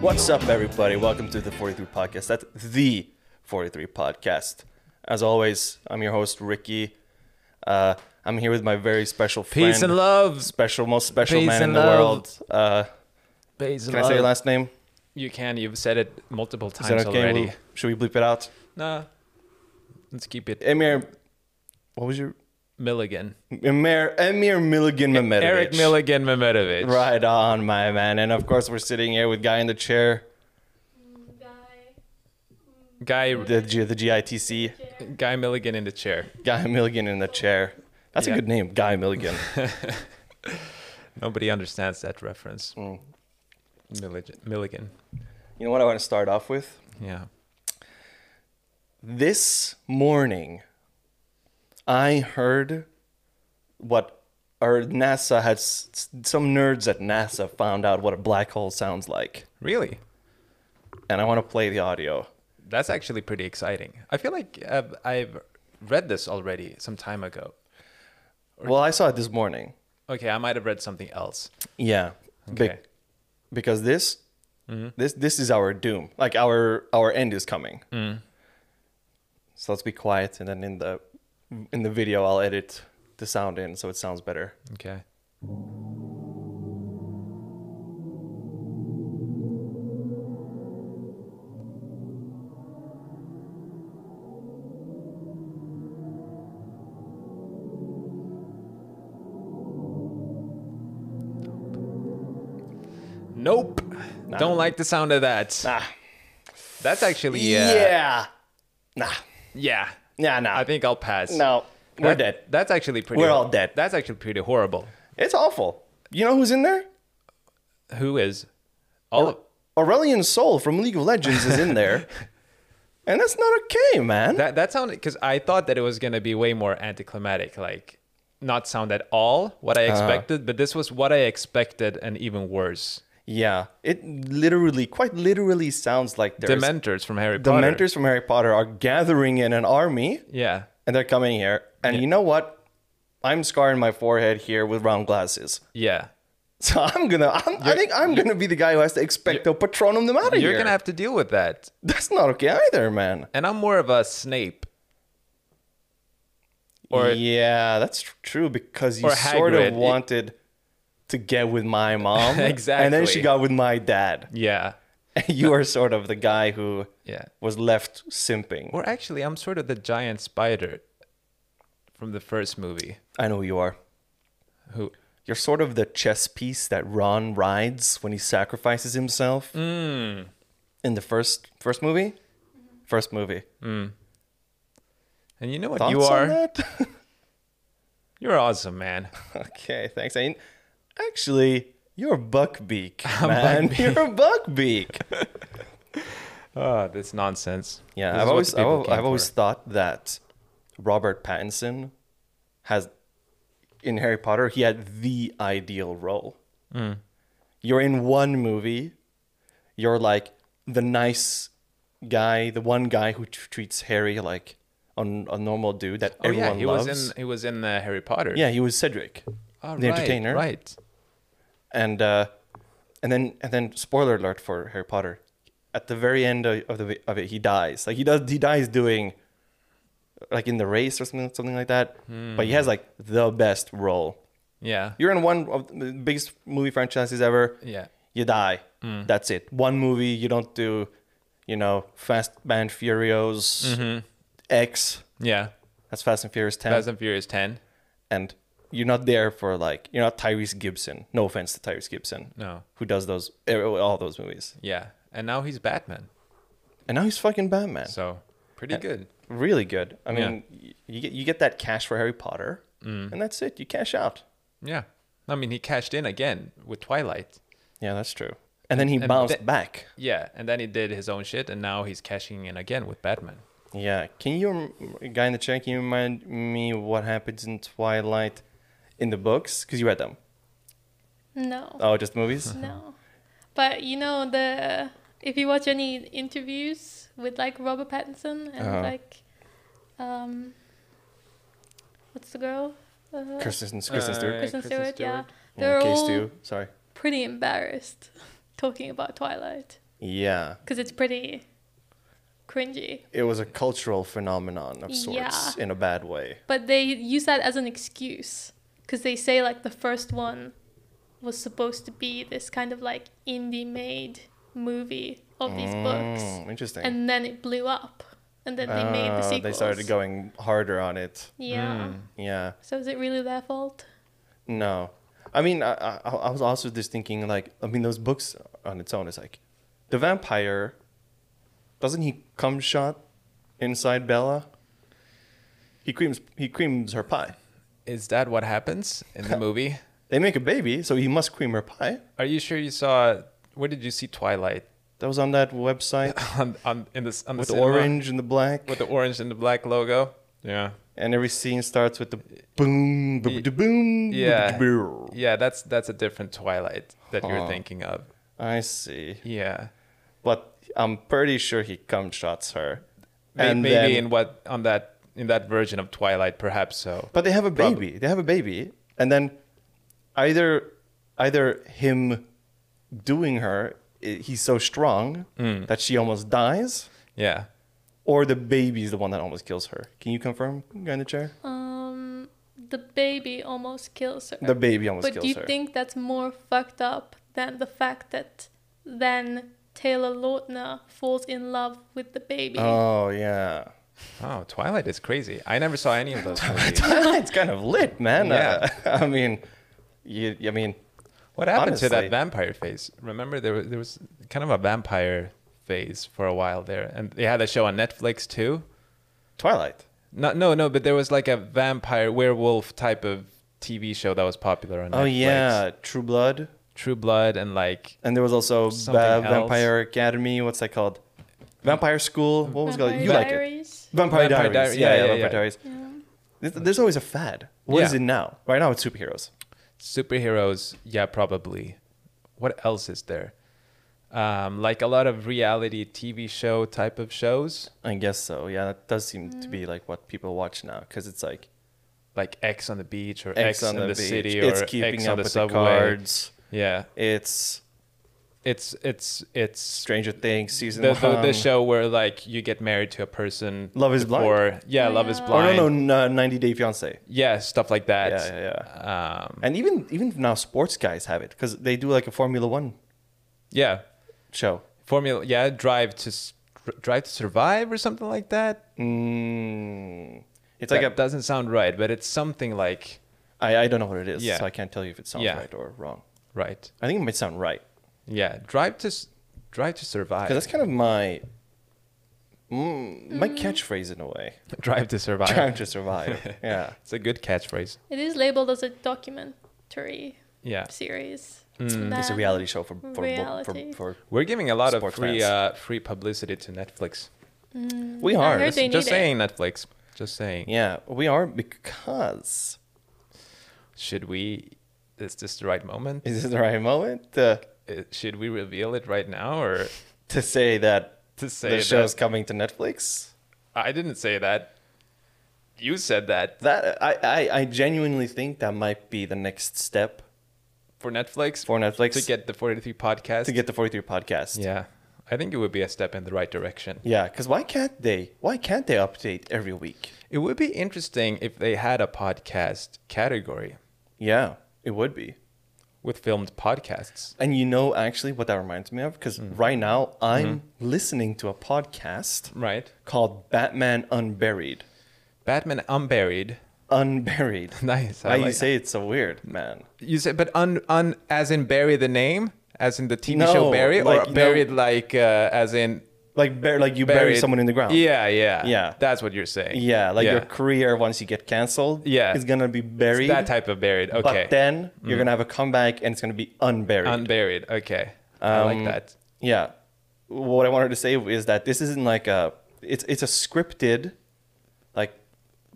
What's up, everybody? Welcome to the 43 Podcast. That's the 43 Podcast. As always, I'm your host, Ricky. Uh, I'm here with my very special friend. Peace and love. Special, most special Peace man in and the love. world. Uh, Peace and can I say your love. last name? You can. You've said it multiple Is times that okay? already. We'll- should we bleep it out? Nah. Let's keep it Emir. What was your. Milligan. Emir, Emir E-, Milligan Mehmetovic. Eric Milligan Mehmetovic. Right on, my man. And of course, we're sitting here with Guy in the chair, Guy the, G, the GITC. Guy Milligan in the chair. Guy Milligan in the chair. That's a Yeah. good name, Guy Milligan. Nobody understands that reference. Mm. Milligan. Milligan. You know what I want to start off with? Yeah. This morning, I heard what or NASA had s- s- some nerds at NASA found out what a black hole sounds like, Really? and I want to play the audio. That's actually pretty exciting. I feel like uh, I've read this already some time ago. Well, I saw it this morning. Okay, I might have read something else. Yeah. Be- Okay. because this this this is our doom. Like our our end is coming. So let's be quiet and then in the in the video I'll edit the sound in so it sounds better. Okay. Nope. Don't like the sound of that. Nah. That's actually yeah. Yeah. Nah. Yeah. Nah, nah. I think I'll pass. no. We're That- dead. That's actually pretty. We're all dead. That's actually pretty horrible. It's awful. You know who's in there? Who is all of Aurelian Soul from League of Legends is in there. And that's not okay, man. that? That sounded because I thought that it was gonna be way more anticlimactic, like not sound at all what Uh-huh. I expected. But this was what I expected, and even worse. yeah. It literally, quite literally sounds like there's Dementors from Harry the Potter. mentors from Harry Potter are gathering in an army Yeah. and they're coming here. And you know what? I'm scarring my forehead here with round glasses. Yeah. So I'm gonna, I'm, I think I'm gonna be the guy who has to expect the patronum them out of You're here. gonna have to deal with that. That's not okay either, man. And I'm more of a Snape. Or yeah, that's tr- true because you Or sort Hagrid. of It- wanted to get with my mom, and then she Exactly. got with my dad. yeah. And you are sort of the guy who Yeah. was left simping. Or actually, I'm sort of the giant spider from the first movie. I know who you are. Who? You're sort of the chess piece that Ron rides when he sacrifices himself Hmm. in the first first movie. First movie. And you know what? Thoughts you are. on that? You're awesome, man. okay, thanks. I mean, actually, you're a buckbeak, man. You're a buckbeak. Oh, this nonsense. Yeah, This is I've what always the people I've, came I've always for. thought that Robert Pattinson has in Harry Potter he had the ideal role. Mm. You're in one movie, you're like the nice guy, the one guy who tr- treats Harry like a, a normal dude that Oh everyone yeah, he loves. was in he was in uh, Harry Potter. yeah, he was Cedric, oh, the right, entertainer, Right. and uh, and then and then spoiler alert for Harry Potter. At the very end of, of the of it, he dies. Like he does, he dies doing, like in the race or something, something like that. Hmm. But he has like the best role. Yeah. You're in one of the biggest movie franchises ever. Yeah. Hmm. You die. That's it. One movie. You don't do, you know, Fast and Furious X. Yeah. That's Fast and Furious Ten. Mm-hmm. Fast and Furious Ten. and you're not there for like you're not Tyrese Gibson. No offense to Tyrese Gibson. No. Who does those er, all those movies? Yeah. And now he's Batman. And now he's fucking Batman. So pretty good. Really good. I mean, y you get you get that cash for Harry Potter, Mm. and that's it. You cash out. Yeah. I mean, he cashed in again with Twilight. Yeah, that's true. And then he and bounced the- back. Yeah, and then he did his own shit, and now he's cashing in again with Batman. Yeah. Can you, rem- guy in the chair, can you remind me what happens in Twilight in the books? Because you read them. No, Oh, just movies? no. But you know the if you watch any interviews with like Robert Pattinson and Uh-huh. like um, what's the girl? Uh, Kristen, Kristen Stewart. Uh, Kristen Kristen Stewart. Yeah, yeah, Stewart. they're K. all Stew. Sorry. pretty embarrassed talking about Twilight. Yeah. because it's pretty cringy. It was a cultural phenomenon of sorts Yeah. in a bad way. But they use that as an excuse because they say like the first one was supposed to be this kind of like indie made movie of these books, Mm, interesting. and then it blew up, and then they made the Oh, sequels. They started Hmm. going harder on it. Yeah. Yeah. So is it really their fault? No. I mean, I, I, I was also just thinking, like, I mean, those books on its own is like, the vampire, doesn't he come shot inside Bella? He creams, he creams her pie. Is that what happens in the movie? They make a baby, so he must cream her pie. Are you sure you saw? Where did you see Twilight? That was on that website on, on in this on the with the cinema? orange and the black. with the orange and the black logo. Yeah. and every scene starts with the boom, Ye- boom, boom, Yeah. boom. Yeah, that's that's a different Twilight that you're Huh. thinking of. I see. Yeah. But I'm pretty sure he cum shots her. May- And maybe then- in what on that in that version of Twilight, perhaps so. But they have a baby. Prob- They have a baby, and then either either him doing her, i- he's so strong Mm. that she almost dies, Yeah. or the baby's the one that almost kills her. Can you confirm, guy in the chair? Um, the baby almost kills her. The baby almost but kills do you her. think that's more fucked up than the fact that then Taylor Lautner falls in love with the baby? oh yeah, Oh, Twilight is crazy. I never saw any of those movies. it's kind of lit, man. Yeah. Uh, I mean, you, I mean, What happened to Honestly. that vampire phase? Remember there was, there was kind of a vampire phase for a while there, and they had a show on Netflix too. Twilight. No, no, no, but there was like a vampire werewolf type of TV show that was popular on Netflix. Oh yeah, True Blood. True Blood and like And there was also Something Va- else. Vampire Academy. What's that called? Vampire School. What was it called? Vampire You like it? Diaries? Vampire, Vampire Diaries. Diaries. Yeah, Yeah, yeah, yeah, Vampire yeah. Diaries. There's, there's always a fad. What is Yeah. it now? Right now, it's superheroes. superheroes. Yeah, probably. What else is there? Um, like a lot of reality TV show type of shows, I guess so. Yeah, that does seem to be like what people watch now because it's like like X on the beach or X, on in the, the, Beach, city or it's keeping X up on the with subway. the cards. Yeah, It's it's it's it's Stranger Things season the, one. the, the show where like you get married to a person. Love is Blind? before- Yeah, love is Yeah. Oh blind. no, no, no, 90 Day Fiance. Yeah, stuff like that. Yeah, yeah, yeah. Um, And even even now, sports guys have it because they do like a Formula One yeah. show. Formula. Yeah, drive to s- drive to survive or something like that. Mm, it's that like a doesn't sound right, but it's something like I, I don't know what it is, Yeah. so I can't tell you if it sounds Yeah. right or wrong. right. I think it might sound right Yeah, drive to s- drive to survive. because that's kind of my mm, my catchphrase in a way. drive to survive. Trying to survive. yeah. It's a good catchphrase. It is labeled as a documentary Yeah, series. Hmm, It's a Then- reality show for for, bo- Reality. for, for we're giving a lot Sport of free fans. uh, free publicity to Netflix. we are. Mm, heard they- Just need it. saying, Netflix. Just saying. Yeah, we are because Should we? Is this the right moment? is this the right moment to Uh, Should we reveal it right now or to say that to say the that? show's coming to Netflix? I didn't say that. You said that That I, I I genuinely think that might be the next step for Netflix for Netflix to get the 43 podcast. to get the 43 podcast. yeah, I think it would be a step in the right direction. Yeah, because why can't they? Why can't they update every week? It would be interesting if they had a podcast category Yeah, it would be. with filmed podcasts. And you know, actually, what that reminds me of, because Mm-hmm. right now I'm listening to a podcast Right. called Batman Unburied. Batman Unburied. Unburied. Nice. I Why you like- say it's so weird, man? You said, but un, un as in bury the name, as in the TV No, show bury, like, or no. buried like uh, as in Like, bur- like you bury buried- someone in the ground. Yeah, yeah, Yeah. That's what you're saying. Yeah, like your yeah. career once you get canceled, Yeah. is gonna be It's buried. that type of buried. Okay. Mm-hmm. But then you're gonna have a comeback, and it's gonna be unburied. Unburied. Okay. I like Um, that. Yeah. What I wanted to say is that this isn't like a it's it's a scripted like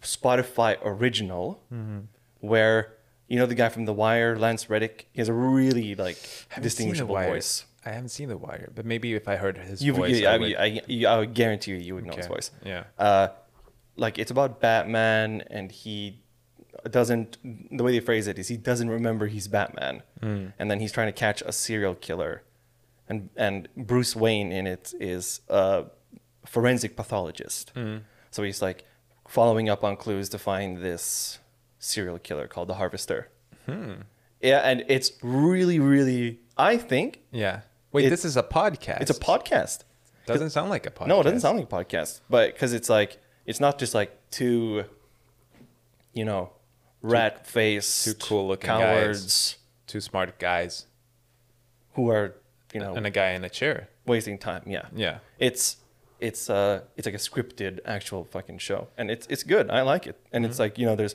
Spotify original Mm-hmm. where you know the guy from The Wire, Lance Reddick, he has a really like Haven't seen The distinguishable Wire. voice. I haven't seen The Wire, but maybe if I heard his You, voice, yeah, I I, would. I, you- I would guarantee you, you would know his Okay. voice. Yeah. Uh, like it's about Batman, and he doesn't. The way they phrase it is he doesn't remember he's Batman, and then he's trying to catch a serial killer, and and Bruce Wayne in it is a forensic pathologist. So he's like following up on clues to find this serial killer called the Harvester. Yeah, and it's really, really. I think Yeah. Wait, It- this is a podcast. it's a podcast. Doesn't sound like a podcast. No, it doesn't sound like a podcast, but because it's like it's not just like two, you know, rat face, two cool-looking guys. cowards Two smart guys who are you know and a guy in a chair. wasting time. Yeah, Yeah. It's it's uh it's like a scripted actual fucking show, and it's it's good. I like it, and Mm-hmm. it's like you know there's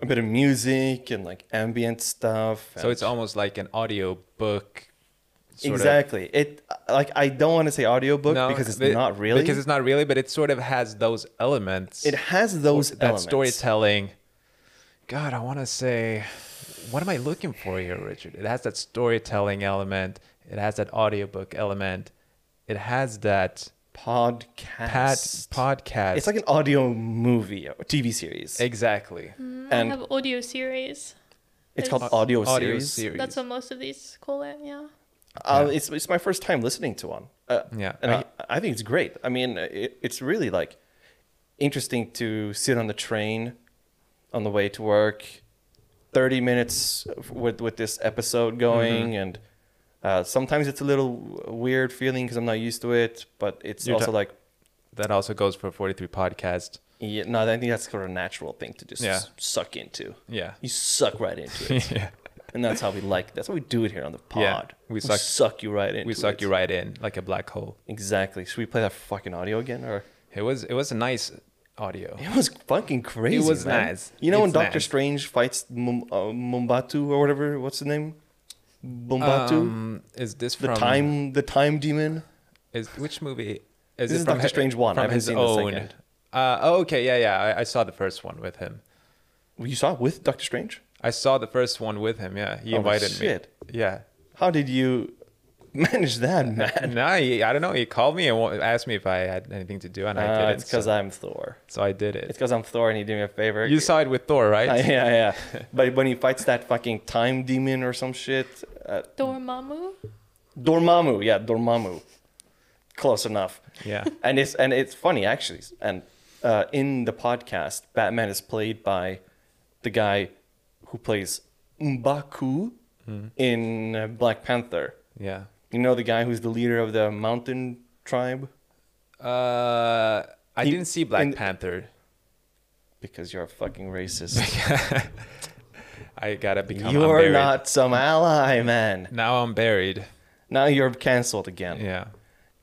a bit of music and like ambient stuff. So and- it's almost like an audio book. exactly it. Like I don't want to say audiobook No, because it's be- not really Because it's not really, but it sort of has those elements. it has those that elements. storytelling. God, I want to say, what am I looking for here, Richard? It has that storytelling element. It has that audiobook element. It has that pad, podcast. podcast. It's like an audio movie or TV series. exactly And- I Mm, have audio series. It's called it's- audio, audio series. series. That's what most of these call it. Yeah. Uh, it's, it's my first time listening to one. Uh, Yeah. And Uh, I, I think it's great. I mean, it, it's really like interesting to sit on the train on the way to work, 30 minutes with, with this episode going. Mm-hmm. And uh, sometimes it's a little weird feeling because I'm not used to it, but it's You're also ta- like, that also goes for 43 podcast. yeah, no, I think that's sort of a natural thing to just Yeah. suck into. Yeah. You suck right into it. yeah. And that's how we like. That's what we do it here on the pod. Yeah, we we, suck- suck, you right in. We suck you right in like a black hole. Exactly. Should we play that fucking audio again, or It was it was a nice audio. it was fucking crazy. was man. nice. You know when It's Doctor nice. Strange fights Mum uh, Mumbatu or whatever? What's the name? Mumbatu. Um, is this the from time, the time demon. Is which movie? Is This is from Doctor hi- Strange one. I From haven't his seen the own. second. Uh, oh, okay, yeah, yeah. I, I saw the first one with him. You saw it with Doctor Strange? I saw the first one with him. Yeah, he Oh, invited shit. me. Yeah. How did you manage that, man? And now he, I don't know. He called me and wa- asked me if I had anything to do, and I Uh, did it's it. because So, I'm Thor. so I did it. It's because I'm Thor, and he did me a favor. You saw it with Thor, right? Uh, yeah, yeah. but when he fights that fucking time demon or some shit, uh, Dormammu. Dormammu, yeah, Dormammu. Close enough. Yeah. And it's and it's funny actually. And uh, in the podcast, Batman is played by the guy who plays Mbaku in uh, Black Panther. yeah. You know the guy who's the leader of the mountain tribe Uh, I He- didn't see Black in- Panther. because you're a fucking racist. I gotta become. I'm you're buried. not some ally, man. Now I'm buried. Now you're canceled again. Yeah.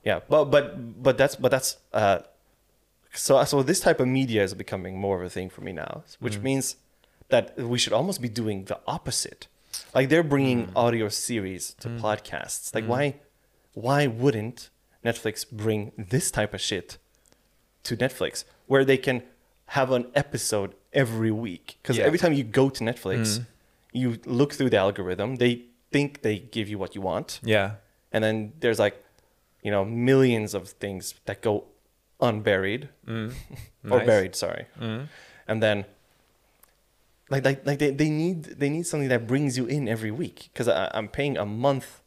yeah but but but that's but that's uh so so this type of media is becoming more of a thing for me now which means that we should almost be doing the opposite like they're bringing audio series to podcasts like why why wouldn't netflix bring this type of shit to netflix where they can have an episode every week because Yeah. every time you go to netflix you look through the algorithm they think they give you what you want Yeah. and then there's like you know millions of things that go unburied or Mm. Nice. Mm. buried sorry and then like like, like they, they need they need something that brings you in every week because i'm paying a month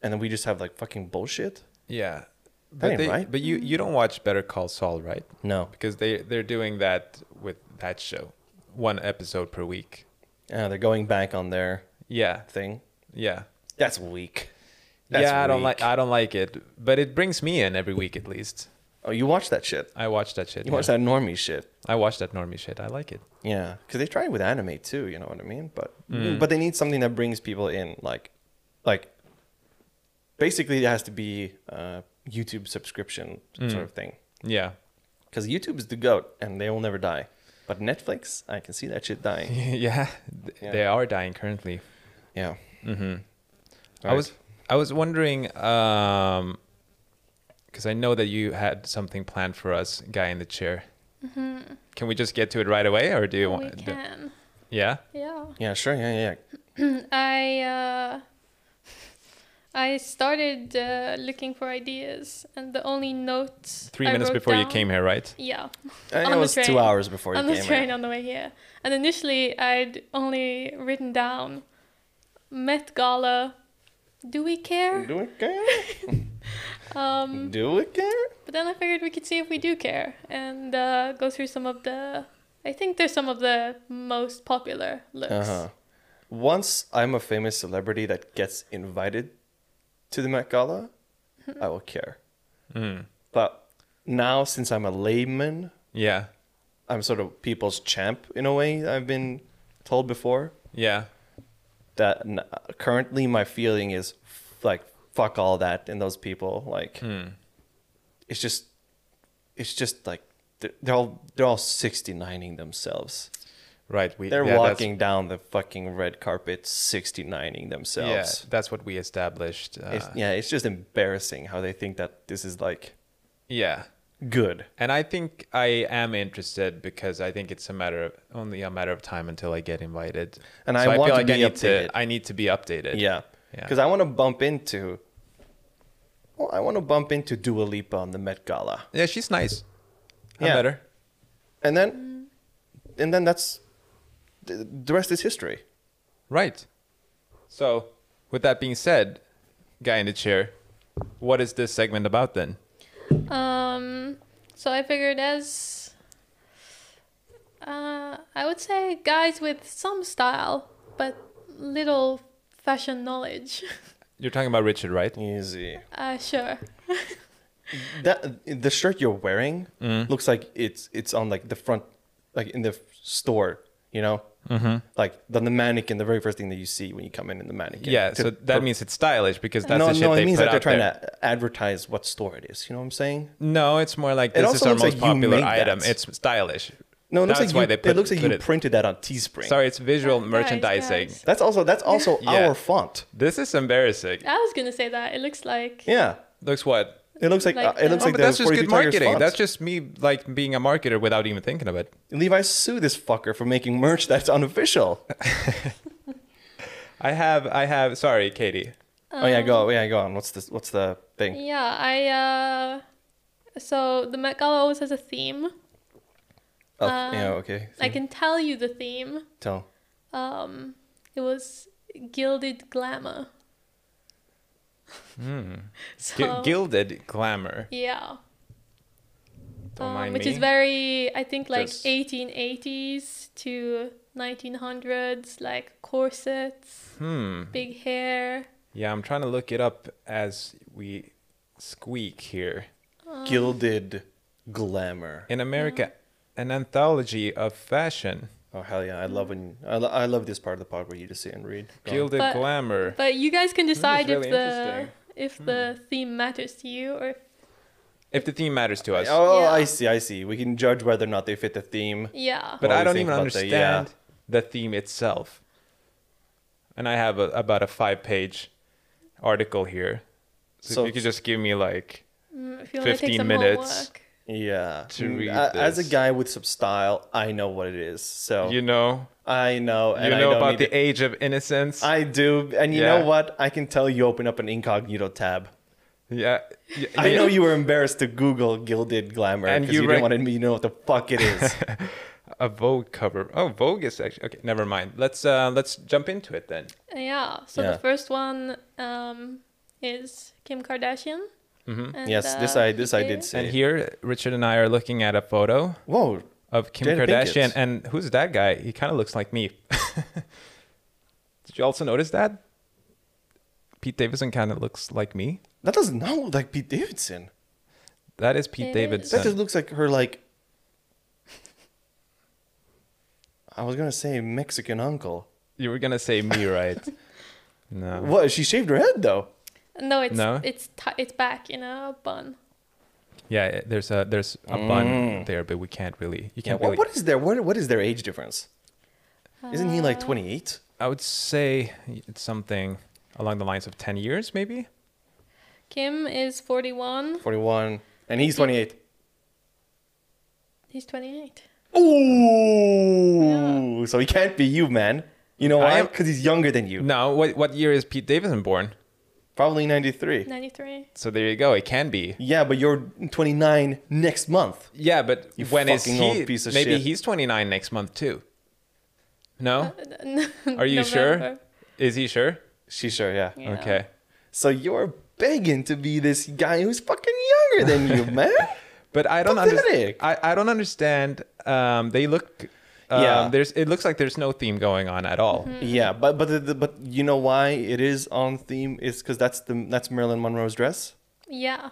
and then we just have like fucking bullshit Yeah. But ain't they, right. but you you don't watch Better Call Saul, right? no because they they're doing that with that show one episode per week uh, they're going back on their yeah thing yeah that's weak That's yeah i don't weak. like i don't like it but it brings me in every week at least oh you watch that shit i watch that shit you yeah. watch that normie shit i watch that normie shit i like it Yeah, because they try it with anime too. You know what I mean? But Mm. but they need something that brings people in. Like like basically, it has to be a YouTube subscription Mm. sort of thing. yeah Because YouTube is the goat, and they will never die. But Netflix, I can see that shit dying. yeah th- Yeah. they are dying currently Yeah. Mm-hmm. i was i was wondering um because i know that you had something planned for us guy in the chair can we just get to it right away or do you want Mm-hmm. We can. yeah Yeah. Yeah, sure. Yeah, yeah. yeah. I uh, I started uh, looking for ideas, and the only notes three I minutes wrote before you down- came here right Yeah, I think On it the was two train. hours before you on came. the train in. on the way here. And initially, I'd only written down Met Gala, Do we care? Do we care? Um, Do we care? but then I figured we could see if we do care and uh, go through some of the. I think they're some of the most popular looks. Uh-huh. Once I'm a famous celebrity that gets invited to the Met Gala, I will care. Mm. But now, since I'm a layman, Yeah. I'm sort of people's champ in a way. I've been told before Yeah. that n- currently my feeling is f- like fuck all that and those people. Like it's just, it's just like they're, they're all they're all 69ing themselves. Right. We They're yeah, that's- walking down the fucking red carpet 69ing Yeah, themselves. that's what we established. Uh, it's, yeah, it's just embarrassing how they think that this is like yeah. good. And I think I am interested because I think it's a matter of only a matter of time until I get invited. And I want to I be need updated. to I need to be updated. Yeah, Yeah. because I want to bump into. Well, I want to bump into Dua Lipa on the Met Gala, Yeah, she's nice. I Yeah. met her. and then, and then that's the, the rest is history. Right. So, with that being said, guy in the chair, what is this segment about then? Um, so I figured as uh, I would say guys with some style but little fashion knowledge. You're talking about Richard, right? Easy. uh, sure. That the shirt you're wearing Mm-hmm. looks like it's it's on like the front, like in the f- store. You know, mm-hmm. like the, the mannequin, the very first thing that you see when you come in in the mannequin. Yeah, To so that pro- means it's stylish because that's no, the shit no, they it means put that they're out trying there. to advertise what store it is. You know what I'm saying? No, it's more like It this also is our looks most like you popular made that. item. It's stylish. No, it looks That's like why you, they put, it looks like put you it. printed that on Teespring. Sorry, it's visual Guys, merchandising. guys. That's also that's also Yeah. our font. This is embarrassing. I was gonna say that. It looks like Yeah, Looks what? it looks like, Like uh, it looks like No, that. Oh, but the that's just good 42 Tigers marketing. font. That's just me like being a marketer without even thinking of it. Levi sue this fucker for making merch that's unofficial. I have, I have. Sorry, Katie. oh yeah, go yeah go on. What's this? What's the thing? um, yeah, I uh so the Met Gala always has a theme. Oh, um, yeah, okay. I can tell you the theme. Tell. Um it was gilded glamour. Gi- So, Hmm. Gilded glamour. yeah. Don't um, mind which me. is very I think like Just- 1880s to 1900s like corsets, hmm. big hair. Yeah, I'm trying to look it up as we squeak here. Gilded glamour. In America, an anthology of fashion. Oh hell yeah! I love when I, lo- I love this part of the pod where you just sit and read. Go on. Gilded But- glamour. But you guys can decide Hmm, really if the interesting. Hmm. if the theme matters to you or if, If the theme matters to us. Oh, Yeah. I see, I see. We can judge whether or not they fit the theme. yeah. but what I we don't think even about the- yeah. understand the, theme itself. And I have a, about a five-page article here, so, So- you could just give me like Mm, if you want to take 15 some minutes. homework. Yeah. To Mm, read a- As a this. guy with some style, I know what it is. So you know I know. Oh. And you I know don't about need the to- age of innocence. I do, and you Yeah. know what? I can tell you open up an incognito tab. yeah, yeah, I yeah. know you were embarrassed to Google gilded glamour And because you you, rec- didn't want to you know what the fuck it is. a Vogue cover. Oh, Vogue is actually okay. Never mind. Let's uh let's jump into it then. Uh, Yeah. So Yeah. the first one um, is Kim Kardashian. Mm-hmm. And, yes, this uh, I this I Piqué. did see. And here, Richard and I are looking at a photo Whoa, of Kim Jada Kardashian, Pinkett. and who's that guy? He kind of looks like me. Did you also notice that? Pete Davidson kind of looks like me. that does not look like Pete Davidson. That is Pete It Davidson. That just looks like her like. I was gonna say Mexican uncle. You were gonna say me, right? no. What? She shaved her head though. No, it's No? it's ti it's back in a bun. Yeah, eh, there's a there's a bun there, but we can't really. You Mm. Yeah. can't What, really. what is their what, what is their age difference? Isn't he like Uh, twenty eight? I would say it's something along the lines of ten years, maybe. Uh, Kim is 41. Forty one, and he's twenty eight. He's 28. Ooh. So he can't be you, man. You know I why? am- Because he's younger than you. No, what what year is Pete Davidson born? Probably 93. 93. So there you go. It can be. Yeah, but you're 29 next month. Yeah, but You when is fucking he? old piece of maybe shit. he's 29 next month too. No, Uh, n- are you sure? November. Is he sure? She sure, yeah. Yeah. Okay. So you're begging to be this guy who's fucking younger than you, man. But I don't understand. Pathetic. I, I don't understand. Um, they look. Um, Yeah. There's. It looks like there's no theme going on at all. Mm-hmm. yeah, but but the, the, but you know why it is on theme is because that's the that's Marilyn Monroe's dress. Yeah.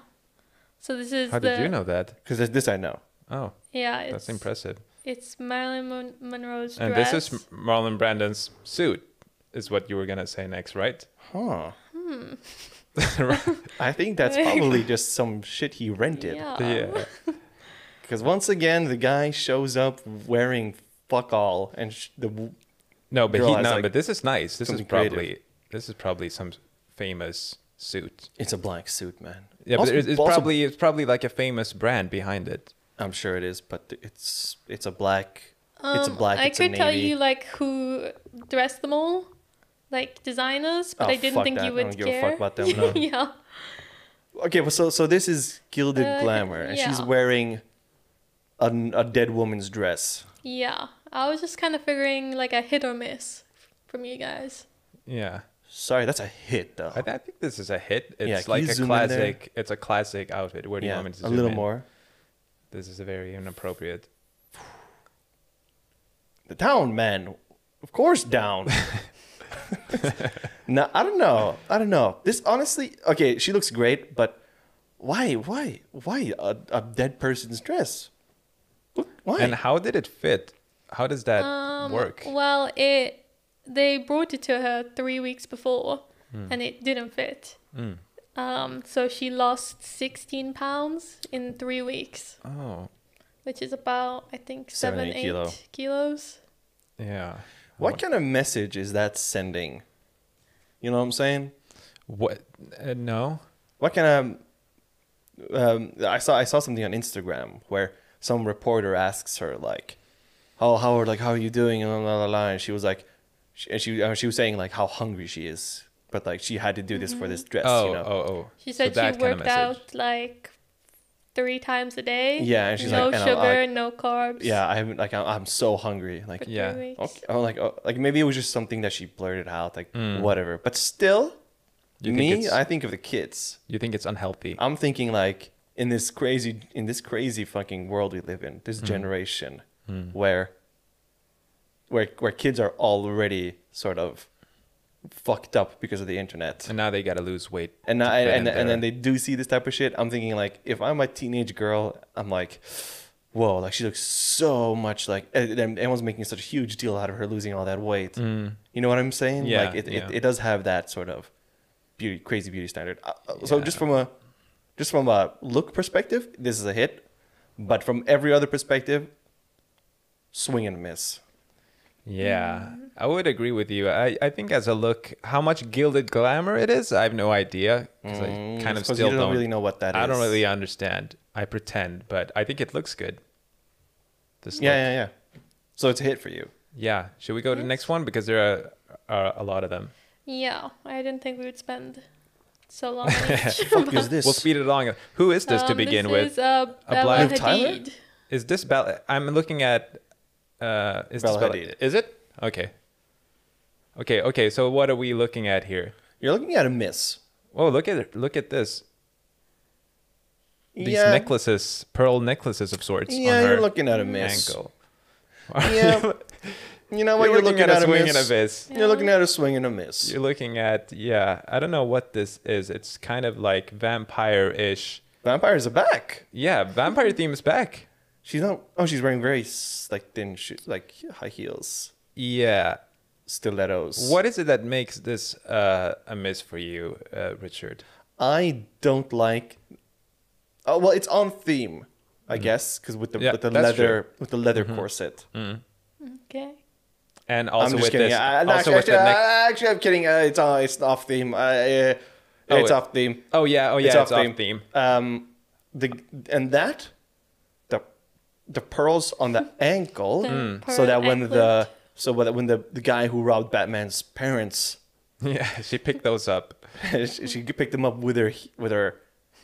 So this is How the did you know that? Because this I know. Oh, Yeah, it's that's impressive. It's Marilyn Mon- Monroe's And dress. this is Marlon Brandon's suit, is what you were gonna say next, right? Huh. Right. I think that's probably just some shit he rented. Yeah. yeah. Because once again, the guy shows up wearing fuck all, and sh- the w- No, but Girl he, has, no, like, but this is nice. This is something creative. probably this is probably some famous suit. it's a black suit, man. Yeah, Also- but it's, it's also- probably it's probably like a famous brand behind it. I'm sure it is, but it's it's a black. Um, it's a black. I it's could a navy. tell you like who dressed them all, like designers, but Oh, I didn't fuck think that. you I would don't give a care. fuck about them, no. yeah. Okay, well, so so this is gilded Uh, glamour, and she's yeah. wearing a, a dead woman's dress. Yeah. I was just kind of figuring like a hit or miss from you guys. Yeah, Sorry, that's a hit though. I, th- I think this is a hit. It's Yeah, can like you a zoom in there? classic. It's a classic outfit. Where do you yeah, want me to a zoom little in? more. This is a very inappropriate. The down, man. Of course, down. no, I don't know. I don't know. This honestly, okay, she looks great, but why, why, why a, a dead person's dress? Look, Why? And how did it fit? How does that Um, work? Well, it they brought it to her three weeks before, Hmm. and it didn't fit. Um, so she lost 16 pounds in three weeks, Oh, which is about I think Seven, seven, eight eight, kilo. kilos. yeah. what kind of message is that sending? You know what I'm saying? What? Uh, no. what kind of um, I saw I saw something on Instagram where some reporter asks her like, "Oh Howard, like how are you doing?" and la la la, la, and she was like, she, and she uh, she was saying like how hungry she is, but like she had to do this for this dress, oh, you know. oh, oh. She So said that she kind of worked message. out like three times a day. Yeah, and she's no like, and I- sugar, I- no carbs. Yeah, I'm like I'm, I'm so hungry. for Like three Yeah. weeks. okay, I'm like oh, like maybe it was just something that she blurted out, like whatever. But still, Mm. You think me, it's- I think of the kids. You think it's unhealthy? I'm thinking like in this crazy in this crazy fucking world we live in, this generation where where where kids are already sort of fucked up because of the internet. and now they gotta lose weight. And to I, fit and in and then there. they do see this type of shit. I'm thinking like if I'm a teenage girl, I'm like whoa, like she looks so much like and and everyone's making such a huge deal out of her losing all that weight. You know what I'm saying? Mm. Yeah, like it, yeah. it it does have that sort of beauty crazy beauty standard. Uh, uh, So Yeah. just from a just from a look perspective, this is a hit, but from every other perspective, swing and miss. Yeah, Mm. I would agree with you. I, I think as a look, how much gilded glamour it is, I have no idea because Mm, I kind of it's 'cause still you don't really know what that I don't is. really understand. I pretend, but I think it looks good. This Yeah, look. yeah, yeah. So it's a hit for you. Yeah. Should we go to the next one because there are, are a lot of them. Yeah, I didn't think we would spend so long. on each. Fuck is this? We'll speed it along. Who is this to Um, begin this with? is, uh, Bella black- Liv Tyler? Hadid. Is this Bella? I'm looking at. Uh, is Bella this Bella? Hadid. Is it okay? Okay. Okay. So what are we looking at here? You're looking at a miss. Whoa! Look at it. Look at this. these Yeah. necklaces, pearl necklaces of sorts. Yeah, on you're her looking at a miss. Ankle. Yeah. You know what? you're, looking, at a swing and a miss. You're looking at a swing and a miss. You're looking at yeah. I don't know what this is. It's kind of like vampire-ish. Vampires are back. Yeah, vampire theme is back. She's not. Oh, she's wearing very s- like thin, sho like high heels, Yeah. stilettos. What is it that makes this uh, a miss for you, uh, Richard? I don't like. Oh well, it's on theme, I guess, because with the Mm-hmm. Yeah, with the that's leather with the leather corset. Okay. And also I'm just with kidding. this, I, no, also actually, with the neck. uh, actually, I'm kidding. Uh, it's on. It's off theme. Uh, uh, Oh, it's it- off theme. Oh yeah, oh yeah, it's, off, theme. Um, the and that the the pearls on the ankle, The Hmm. Mm. so that pearl when the anklet. so when the, when the, the guy who robbed Batman's parents, Yeah, she picked those up. she, she picked them up with her with her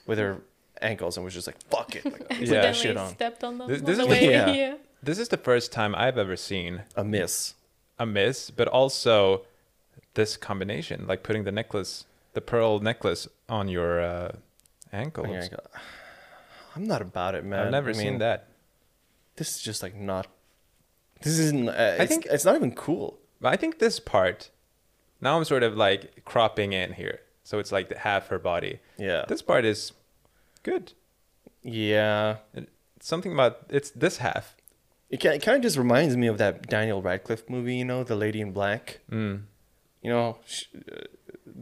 with her ankles and was just like, "Fuck it, like, put Yeah. that Accidentally shit on." stepped on them This- on this the is- way yeah. here. This is the first time I've ever seen A miss. a miss, but also this combination, like putting the necklace the pearl necklace on your uh, ankles. Okay, I go- "Ah, I'm not about it, man. I've never I seen mean, that. This is just like not. This isn't. Uh, I it's, think- think it's not even cool. But I think this part, now I'm sort of like cropping in here. So it's like the half her body. Yeah. This part is good. yeah. It, something about it's this half. It, ki- it kind of just reminds me of that Daniel Radcliffe movie, you know, The Lady in Black. Mm. You know, sh- uh,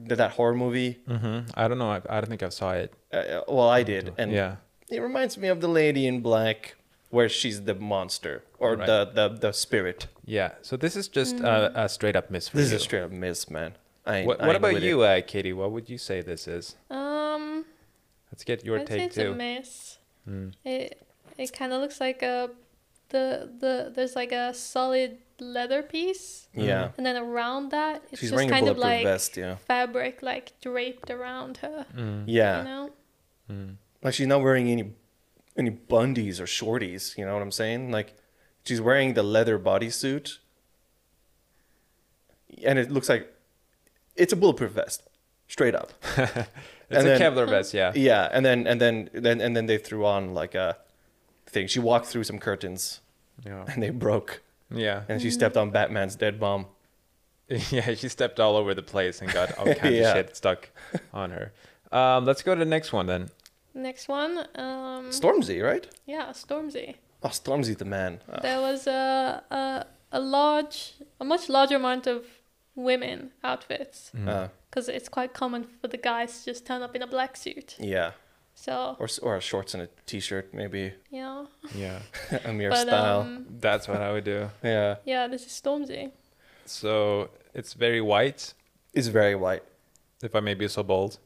that that horror movie. hmm I don't know. I, I don't think I saw it. Uh, Uh, well, I did, Mm-hmm. and yeah. it reminds me of The Lady in Black, where she's the monster or Right. the, the the spirit. Yeah. So this is just uh Mm-hmm. a, straight up miss for This you. is a straight up miss, man. I ain't- What, I ain't what about with it. you, uh, Katie? What would you say this is? Um, Let's get your I'd say take it's a too. mess. Mm. It it kind of looks like a the the there's like a solid leather piece, Yeah, and then around that it's she's just wearing a kind of bulletproof like vest. Yeah, fabric like draped around her. Mm. yeah. You know? Like she's not wearing any any bundies or shorties. You know what I'm saying? Like she's wearing the leather bodysuit, and it looks like it's a bulletproof vest, straight up. It's and a then- Kevlar vest, yeah. yeah, and then and then then and then they threw on like a thing. She walked through some curtains, Yeah. and they broke, Yeah. and she stepped on Batman's dead mom. Yeah, she stepped all over the place and got all kinds Yeah. of shit stuck on her. Um, let's go to the next one then. Next one, um, Stormzy, right? yeah, Stormzy. Oh, Stormzy the man. Uh, There was a, a a large, a much larger amount of women outfits uh, because it's quite common for the guys to just turn up in a black suit. yeah, So or s- or shorts and a t-shirt, maybe you know, Yeah. a mere but style. um, That's what I would do. yeah, yeah, this is Stormzy. So it's very white, it's very white. if I may be so bold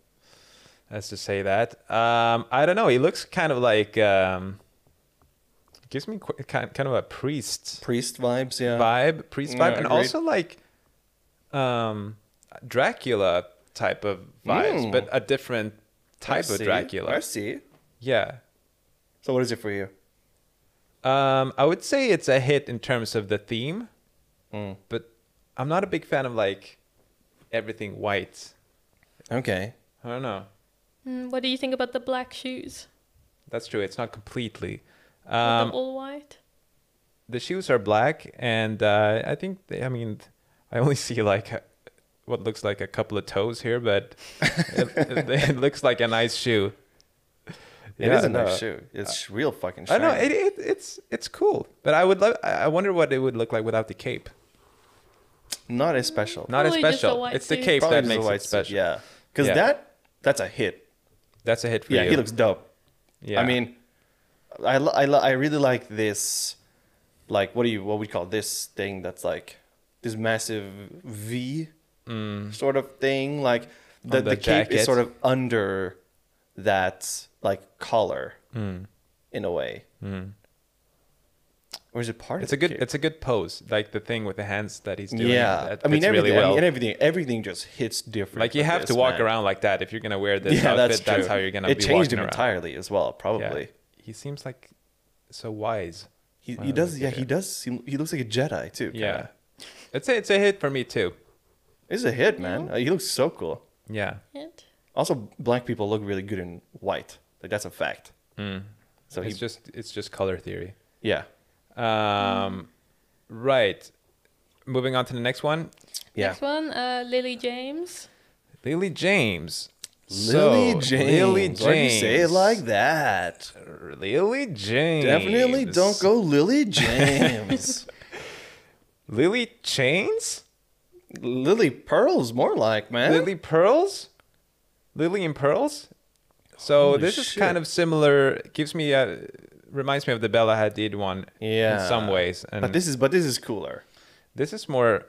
as to say that. Um, I don't know. He looks kind of like um, gives me qu- kind kind of a priest Priest vibes, yeah. vibe, priest Yeah, vibe, and agreed. also like um, Dracula type of vibes, Mm. but a different type I of see, Dracula. I see. Yeah. So what is it for you? Um, I would say it's a hit in terms of the theme, Mm. but I'm not a big fan of like everything white. Okay. I don't know. Mm, what do you think about the black shoes? That's true. It's not completely. With Um, the all white. the shoes are black, and uh, I think they, I mean, I only see like a- what looks like a couple of toes here, but it, it- it looks like a nice shoe. it is a nice no. shoe. It's sh- real fucking I shiny. know it, it, it's it's cool, but I would love. I I wonder what it would look like without the cape. Not as special. Not as Probably just a special. white It's the suit. cape Probably that just a makes white it suit, special. Yeah. Because Yeah. that, that's a hit. That's a hit for Yeah, you. he looks dope. Yeah. I mean, I, lo- I, lo- I really like this, like, what do you, what we call this thing that's like this massive V sort of thing. Like, the, Mm. On the the, cape jacket. is sort of under that, like, collar Mm. in a way. Or is it part It's a of the good cape? it's a good pose, like the thing with the hands that he's doing. yeah. that I mean, fits everything, really well. I mean, everything, everything just hits different. like you with have to this, walk man. around like that if you're gonna wear this outfit. That's, how you're gonna. It be changed walking him around. entirely as well, Yeah. probably. He seems like so wise. He, Wow, he does, look yeah, at he it. does seem, he looks like a Jedi too. kinda. Yeah, it's a, it's a hit for me too. It's a hit, man. Uh, He looks so cool. Yeah, It. Also, black people look really good in white. Like that's a fact. So so he, Hmm. it's just it's just color theory. yeah, Um, right. Moving on to the next one, yeah. Next one, uh, Lily James. Lily James. Lily So, James. Lily Why'd you say it James. like that? Lily James. Definitely don't go Lily James. Lily Chains. Lily Pearl's more like man. Lily Pearls? Lily and Pearls? So Holy this is shit. kind of similar. Gives me a, reminds me of the Bella Hadid one yeah, in some ways, and But this this is but this is cooler. this is more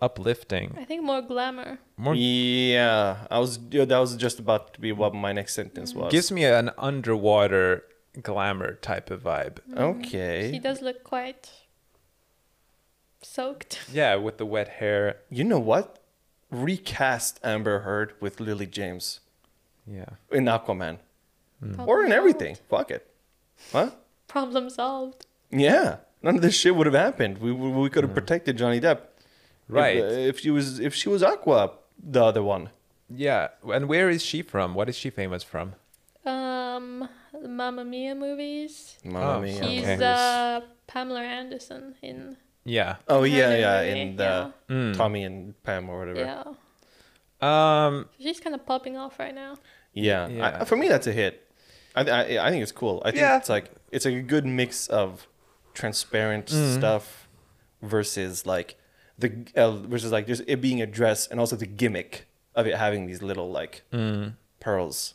uplifting. I think more glamour. More Yeah, I was yeah, that was just about to be what my next sentence was. gives me an underwater glamour type of vibe. She okay, does look quite soaked. Yeah, with the wet hair. you know what? Recast Amber Heard with Lily James Yeah, in Aquaman. or in Problem everything. solved. Fuck it. Huh? Problem solved. Yeah. None of this shit would have happened. We we, we could have protected Johnny Depp. If, Hmm. Right. uh, if she was if she was Aqua, the other one. Yeah, and where is she from? What is she famous from? Um, the Mamma Mia movies. Mamma Oh, Mia. She's okay. uh, Pamela Anderson in. Yeah. oh in yeah, her yeah, movie, in the yeah. Mm. Tommy and Pam or whatever. Yeah, Um. she's kind of popping off right now. Yeah, Yeah. I, for me that's a hit. I, I I think it's cool. I think Yeah. it's like it's a good mix of transparent Mm-hmm. stuff versus like the uh, versus like just it being a dress and also the gimmick of it having these little like Mm. pearls.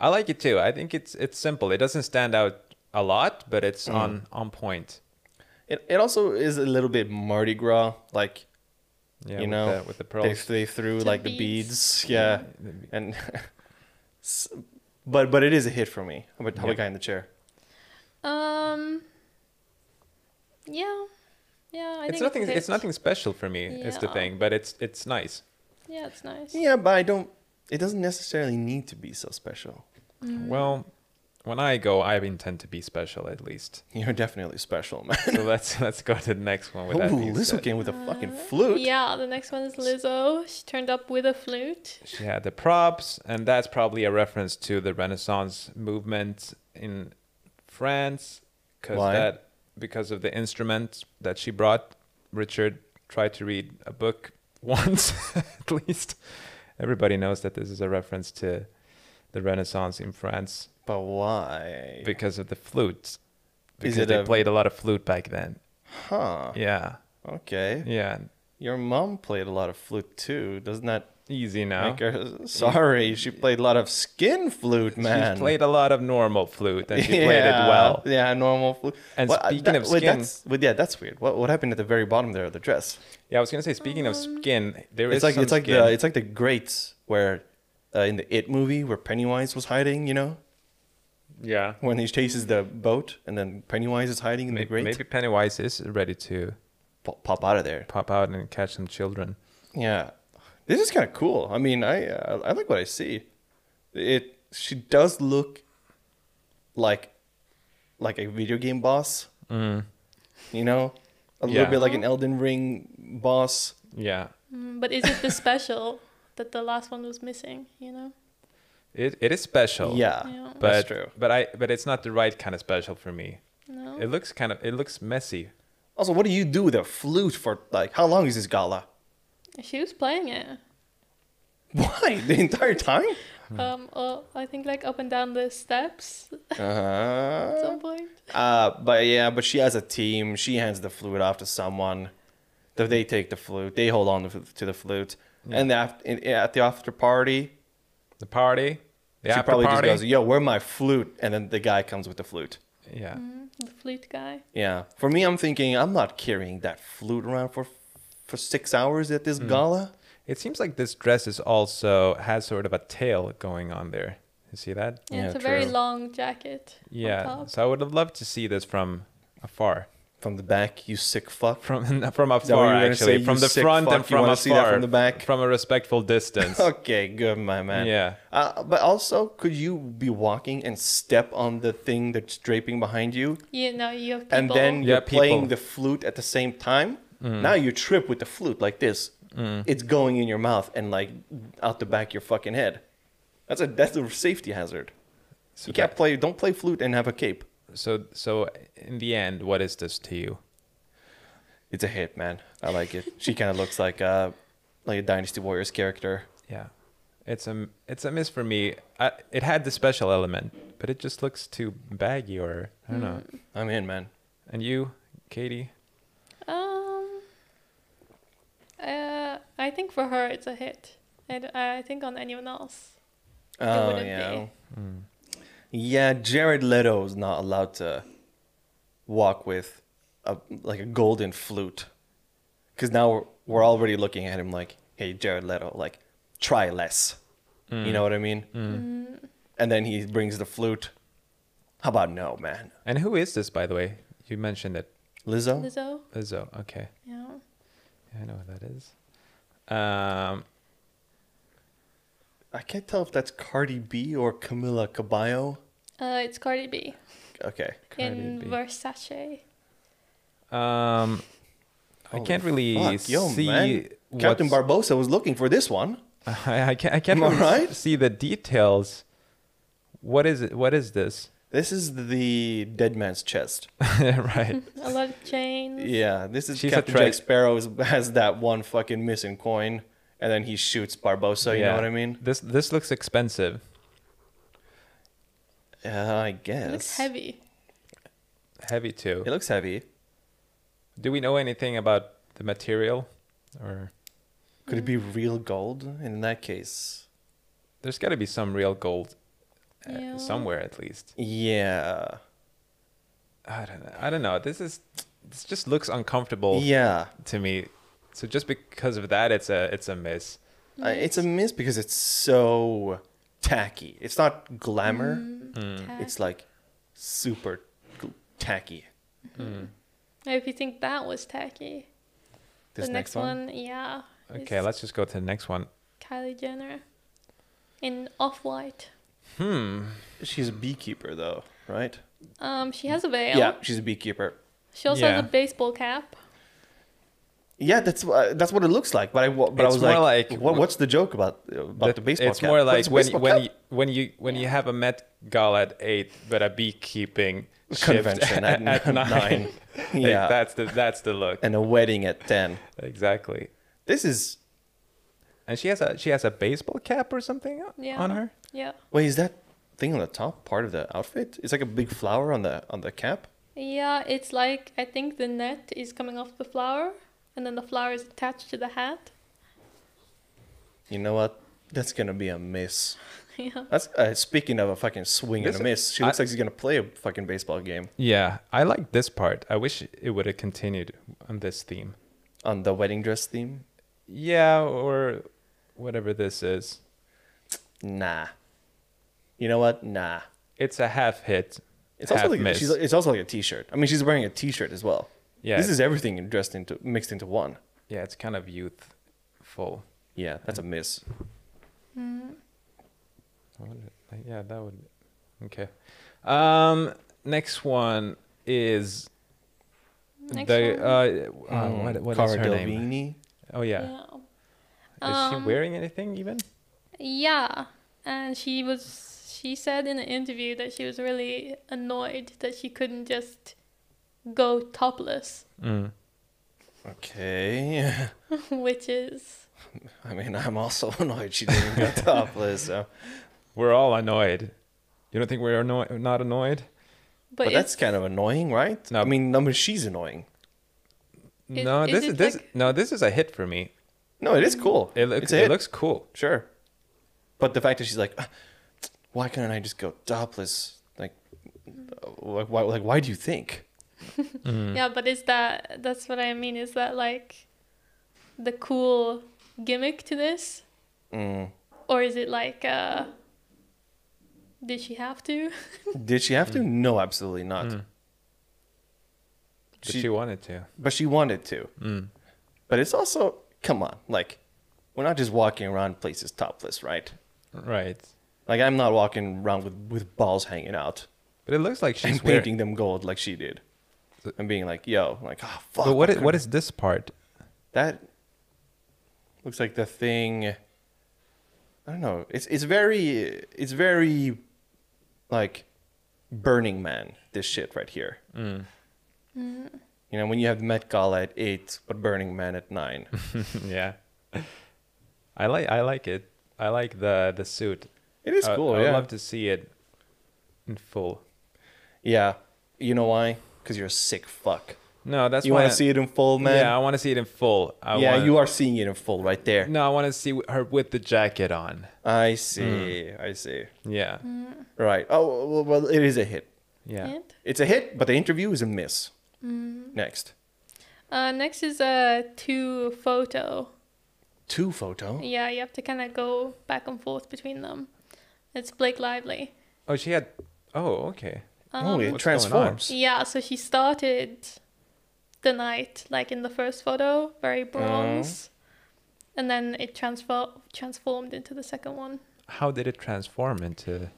I like it too. I think it's it's simple. It doesn't stand out a lot, but it's Mm. on on point. It it also is a little bit Mardi Gras like Yeah, you with know the, with the they pearls. they threw The like the beads. beads yeah and s- but but it is a hit for me. How about how Yeah. about guy in the chair? Um. Yeah, yeah. I it's think nothing. It's, It's, a hit. nothing special for me. Is the Yeah. thing, but it's it's nice. Yeah, it's nice. Yeah, but I don't. It doesn't necessarily need to be so special. Mm-hmm. Well, when I go, I intend to be special at least. You're definitely special, man. So let's let's go to the next one with that. Ooh, being Lizzo said. came with a fucking flute. Uh, Yeah, the next one is Lizzo. She turned up with a flute. She had the props, and that's probably a reference to the Renaissance movement in France, because Why? that because of the instrument that she brought. Richard tried to read a book once, at least. Everybody knows that this is a reference to the Renaissance in France But why? because of the flute. Because it they a- Oh. played a lot of flute back then. Huh. Yeah, Okay. yeah, Your mom played a lot of flute too. Doesn't that easy now. make her sorry? She played a lot of skin flute, man. She played a lot of normal flute, and she played it well. Yeah, normal flute. And Well, uh, speaking that- of wait, skin- that's, wait, yeah, that's weird. What what happened at the very bottom there of the dress? Yeah, I was gonna say. Speaking of skin, there is it's like some it's like skin. the it's like the grates where uh, in the It movie where Pennywise was hiding. You know yeah. when he chases the boat and then Pennywise is hiding in the Maybe, grate. maybe Pennywise is ready to pop, pop out of there. pop out and catch some children. Yeah, this is kind of cool. I mean, I uh, I like what I see. It she does look like like a video game boss. You know, a Mm. Yeah. little bit like an Elden Ring boss. Yeah, Mm, but is it the special that the last one was missing? You know. it it is special. Yeah, Yeah. Oh. but that's true. but I but it's not the right kind of special for me. No. It looks kind of it looks messy. Also, what do you do with a flute for like how long is this gala? She was playing it. Why the entire time? Um, oh, I think like up and down the steps at Uh-huh. some point. Uh, but yeah, but she has a team. She hands the flute off to someone. Th- They take the flute. They hold on to f- to the flute. Mm. And after, at the after party, The party, the she after probably party. just goes, "Yo, where my flute?" And then the guy comes with the flute. yeah, The flute guy. Yeah. For me, I'm thinking I'm not carrying that flute around for for six hours at Mm. this gala. it seems like this dress is also has sort of a tail going on there. You see that? Yeah, Yeah, it's a very true. long jacket. on Yeah. top. So I would have loved to see this from afar. From the back, you sick fuck. from from that what you afar were gonna say, actually you from the sick front fuck? and You from wanna afar see that from the back? from a respectful distance Okay, good, my man. Yeah. Uh, but also, could you be walking and step on the thing that's draping behind you? Yeah, no, you have people. and then Yeah, you're people. Mm. playing the flute at the same time. Now you trip with the flute like this. It's going in your mouth and like out the back of your fucking head. That's a that's a safety hazard. so, You can't that- play. Don't play flute and have a cape. so so in the end what is this to you It's a hit, man. I like it. she kind of looks like uh like a Dynasty Warriors character. yeah it's a it's a miss for me I, it had the special element but it just looks too baggy or i don't know Mm. I'm in, man. and you katie Um. Uh, I think for her it's a hit, and I think on anyone else. Oh wouldn't yeah. be. Yeah, Jared Leto is not allowed to walk with a like a golden flute. Cuz now we're, we're already looking at him like, "Hey Jared Leto, like try less." You know what I mean? Mm. And then he brings the flute. How about no, man? and who is this by the way you mentioned it Lizzo? Lizzo. lizzo okay Yeah. yeah, i know what that is um I can't tell if that's Cardi B or Camila Cabello. Uh, it's Cardi B Okay. in Cardi B. Versace. Um, I Holy can't really Fuck, yo, see man. Captain what's- Barbosa was looking for this one. I, I can't, I can't Am I really right? see the details. What is it? What is this? This is the dead man's chest. right. A lot of chains. Yeah, this is She's a Captain tra- Jack Sparrow is- has that one fucking missing coin, and then he shoots Barbosa. You know what I mean? This this looks expensive. Uh, I guess It looks heavy. Heavy too. It looks heavy. Do we know anything about the material? Or Could it be real gold? In that case, there's got to be some real gold uh, Yeah. somewhere at least. yeah, I don't know. I don't know. This is this just looks uncomfortable yeah. to me. So just because of that, it's a it's a miss. Uh, it's a miss because it's so tacky. It's not glamour. Mm-hmm. Mm. Tack. It's like super gl- tacky. Now, if you think that was tacky, This the next one, yeah. Okay, is let's just go to the next one. Kylie Jenner in off white. Hmm. She's a beekeeper though, right? Um, she has a veil. Yeah, she's a beekeeper. She also has Yeah. a baseball cap. Yeah, that's uh, that's what it looks like. But I wa- but It's I was more like, like- what, what's the joke about about That- the baseball it's cap? more What's like a when baseball when cap? you, when you when you have a Met Gala at eight, but a beekeeping shift convention at, at nine. Like, yeah, that's the that's the look and a wedding at ten. exactly. This is And she has a she has a baseball cap or something o- Yeah. on her. Yeah. wait is that thing on the top part of the outfit? It's like a big flower on the on the cap. Yeah, it's like I think the net is coming off the flower, and then the flower is attached to the hat. You know what? That's gonna be a miss. yeah. That's uh, speaking of a fucking swing This- and a miss. She I- looks like she's gonna play a fucking baseball game Yeah, I like this part. I wish it would have continued on this theme. on the wedding dress theme. Yeah, or whatever this is. Nah. You know what? Nah. It's a half hit. It's also half like miss. she's, it's also like a t-shirt. I mean, she's wearing a t-shirt as well. Yeah. This is everything dressed into mixed into one. yeah, it's kind of youthful. Yeah, that's a miss. I wonder- like, Yeah, that would. Okay. Um, next one is Next the one. uh, uh Mm. what what Cara is her name? Delevingne. Oh yeah. Is Um, she wearing anything even? Yeah, and she was. She said in an interview that she was really annoyed that she couldn't just go topless, Mm. Okay. which is I mean, I'm also annoyed she didn't go topless. So. We're all annoyed. You don't think we're annoyed? Not annoyed? but, But, that's it's kind of annoying, right? No. I mean, I mean, she's annoying. Is- no, is this it is this like- no, this is a hit for me. No, it is cool. It looks It's a hit. it looks cool. sure. But the fact that she's like, "Ah, why couldn't I just go topless? Like, like why? Like, why do you think? yeah, but is that that's what I mean? Is that like the cool gimmick to this, Mm. or is it like uh, did she have to? Did she have to? No, absolutely not. But she, She- wanted to. But she wanted to. Mm. But it's also, come on, like, we're not just walking around places topless, right? Right. Like, I'm not walking around with, with balls hanging out But it looks like she's and wearing. painting them gold like she did. And being like, yo, like, oh, fuck. But what I is, what couldn't- is this part? that? Looks like the thing. I don't know. It's it's very it's very, like, Burning Man. This shit right here. Mm. You know when you have Met Gala at eight, but Burning Man at nine. yeah. I like I like it. I like the the suit. It is cool. I, yeah. I'd love to see it in full. Yeah. You know why? Because you're a sick fuck. No, that's you why want I- to see it in full, man? Yeah, I want to see it in full. I yeah, wanna- you are seeing it in full right there. No, I want to see w- her with the jacket on. I see. Mm. I see. Yeah, Right. Oh, well, well, it is a hit. yeah. And, It's a hit, but the interview is a miss. Mm. Next. Uh, next is a two photo. Two photo. Yeah, you have to kind of go back and forth between them. It's Blake Lively. Oh, she had. Oh, okay. oh, it What's going on? transforms. Yeah, so she started the night, like in the first photo, Oh. very bronze. And then it transfer- transformed into the second one. How did it transform into?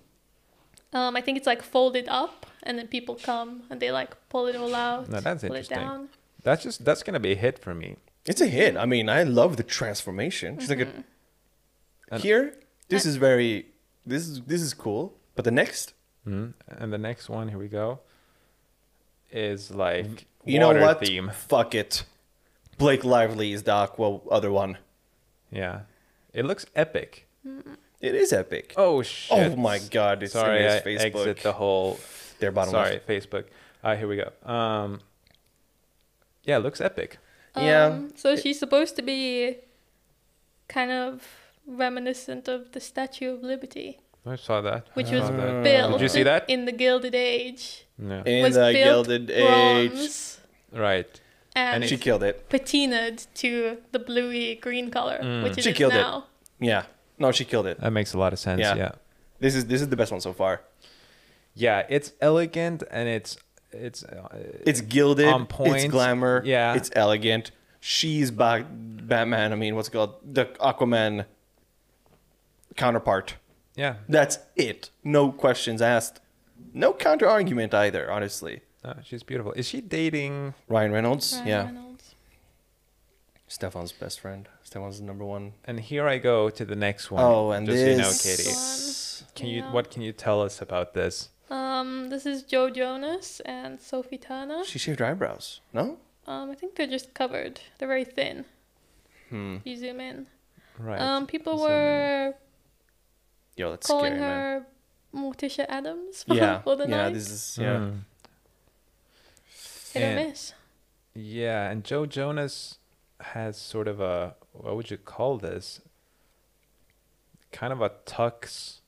Um, I think it's like folded up, and then people come and they like pull it all out, No, that's pull interesting. it down. That's just that's gonna be a hit for me. Mm-hmm. It's a hit. I mean, I love the transformation. She's like a And- Here, Uh, this is very this is this is cool. But the next, Mhm. And the next one, here we go, is like you water know what? theme. Fuck it. Blake Lively is the aqua other one. Yeah, it looks epic. It is epic. Oh shit! Oh my god, it's in Sorry, his I Facebook. exit the whole. Their bottom Sorry, left. Facebook. Uh, here we go. Um, yeah, it looks epic. Yeah. Um, So she's supposed to be kind of reminiscent of the Statue of Liberty, I saw that. which I was saw that. built Uh-huh. Did you see that? in the Gilded Age. Yeah. In was the built Gilded Age. bronze Right. And, She killed it. patinaed to the bluey green color, which it She is killed it. now. Yeah. No, she killed it. That makes a lot of sense. Yeah. yeah. This is this is the best one so far. Yeah, it's elegant and it's it's uh, It's gilded. On It's point. glamour. Yeah. It's elegant. She's ba- Batman. I mean, what's it called the Aquaman counterpart. yeah. That's it. No questions asked. No counter argument either. Honestly, No, she's beautiful. Is she dating? Ryan Reynolds. Ryan yeah. Reynolds. Stefan's best friend. Stefan's the number one. And here I go to the next one. Oh, and just this. so you know, Katie. Katie. Can you Oh, Yeah. what can you tell us about this? Um, this is Joe Jonas and Sophie Turner. She shaved her eyebrows. No. Um, I think they're just covered. They're very thin. Hmm. You zoom in. Right. Um, people Zoom in. were Yo, that's calling scary, man. her Morticia Adams for, Yeah. for the yeah. night. This is yeah. hmm. Mm. Hit or and- miss. Yeah, and Joe Jonas has sort of a what would you call this? Kind of a tux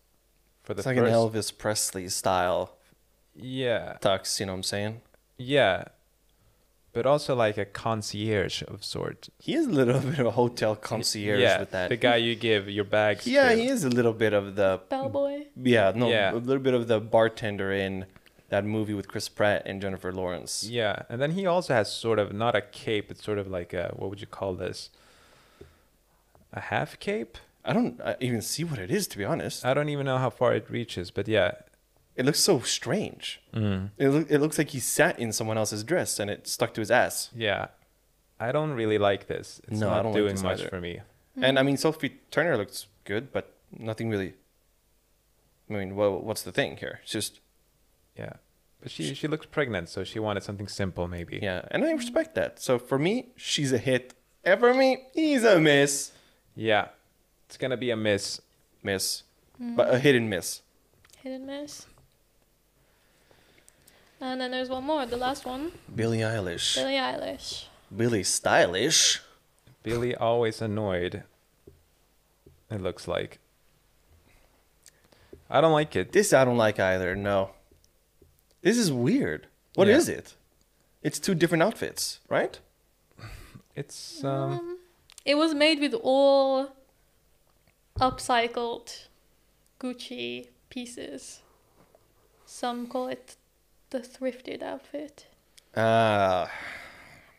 for the It's like first. an Elvis Presley style Yeah. tux. You know what I'm saying? Yeah. But also like a concierge of sort. He is a little bit of a hotel concierge yeah, with that. The guy you give your bags yeah, to. he is a little bit of the Bellboy. yeah no Yeah. a little bit of the bartender in that movie with Chris Pratt and Jennifer Lawrence. Yeah, and then he also has sort of not a cape, it's sort of like a what would you call this? A half cape? I don't uh even see what it is to be honest. I don't even know how far it reaches, but yeah, It looks so strange. hmm. Mm. It loo- it looks like he sat in someone else's dress and it stuck to his ass. yeah. I don't really like this. It's No, I not don't like doing this much either. for me. And I mean Sophie Turner looks good, but nothing really. I mean, well, what's the thing here? It's just Yeah. But she she looks pregnant, so she wanted something simple maybe. yeah, and I respect that. So for me, she's a hit. And for me, he's a miss. Yeah. It's going to be a miss. miss, but a hit and miss. Hit and miss. And then there's one more, the last one. Billie Eilish. Billie Eilish. Billie Stylish. Billy always annoyed. It looks like. I don't like it. This I don't like either. No. This is weird. What is Yeah. it? It's two different outfits, right? It's um It was made with all upcycled Gucci pieces. Some call it the thrifted outfit. Uh,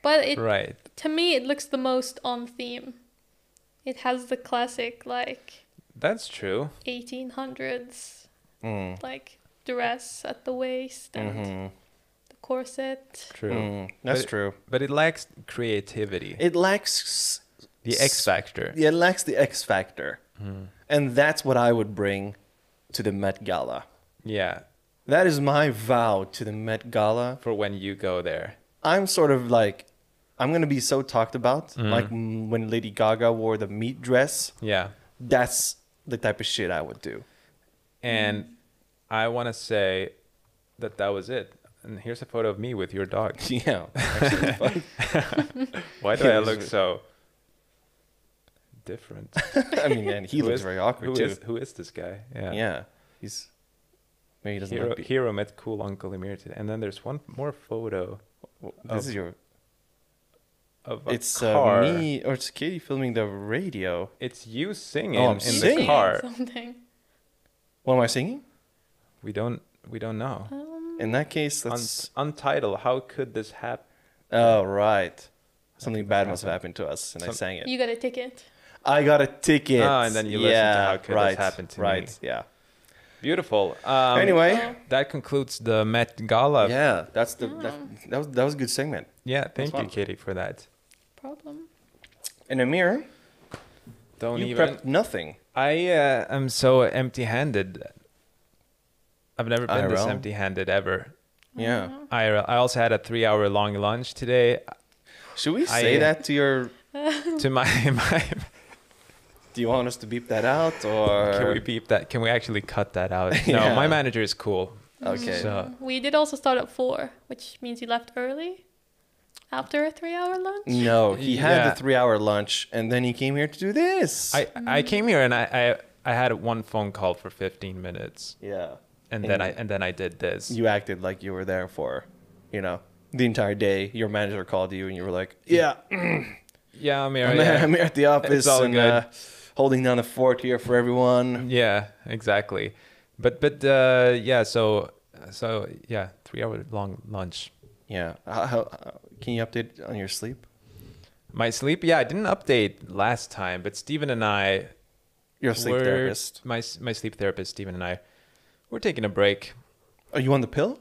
But it right. to me it looks the most on theme. It has the classic like That's true. 1800s mm, like dress at the waist and Mm-hmm. mhm, the corset. True. mm, that's But- true. But it lacks creativity. It lacks the X factor. yeah, it lacks the X factor. Hmm. And that's what I would bring to the Met Gala. Yeah. That is my vow to the Met Gala. For when you go there. I'm sort of like, I'm gonna be so talked about. Mm-hmm. Like mm, when Lady Gaga wore the meat dress, Yeah. that's the type of shit I would do. And I want to say that that was it. And here's a photo of me with your dog. Yeah, Why do I look so different? I mean, and he Who looks is- very awkward who too. is- who is this guy? Yeah. yeah, he's maybe he doesn't. Hero, like be- Hero met cool Uncle Emir today. And then there's one more photo this is your. of a It's uh, car. me or it's Katie filming the radio. It's you singing Oh, I'm in singing. the car. Something. What am I singing? We don't we don't know. Um, In that case, Un- let's. untitled. How could this happen? Oh right, something bad must have happened to us, and I Some- sang it. you got a ticket. I got a ticket. Ah, and then you listen to how could this right, happen to me. right, Yeah. Beautiful. Um, uh, anyway. Oh. that concludes the Met Gala. Yeah, yeah, that's the that, that was that was a good segment. thank That's you, fun. Katie, for that. Problem. And Amir, Don't you even. prepped nothing. I uh, am so empty-handed. I've never been this IRL? empty-handed ever. Yeah. IRL. I also had a three-hour-long lunch today. Should we I- uh, say that to your? To my my, Do you want us to beep that out or? can we beep that? Can we actually cut that out? No, Yeah. my manager is cool. Okay. So We did also start at four, which means you left early after a three hour lunch. No, he had Yeah. the three-hour lunch, and then he came here to do this. I I came here and I I, I had one phone call for 15 minutes yeah. and then And- I and then I did this. You acted like you were there for, you know, the entire day. Your manager called you, and you were like, "Yeah, yeah, I'm here. I'm, yeah. I'm here at the office all and good. uh, holding down the fort here for everyone." Yeah, exactly. But but uh, yeah, so so yeah, three hour long lunch. Yeah. How, how, how- can you update on your sleep? My sleep, yeah, I didn't update last time, but Steven and I Your sleep were- therapist. My s- my sleep therapist, Steven and I, we're taking a break. Are you on the pill?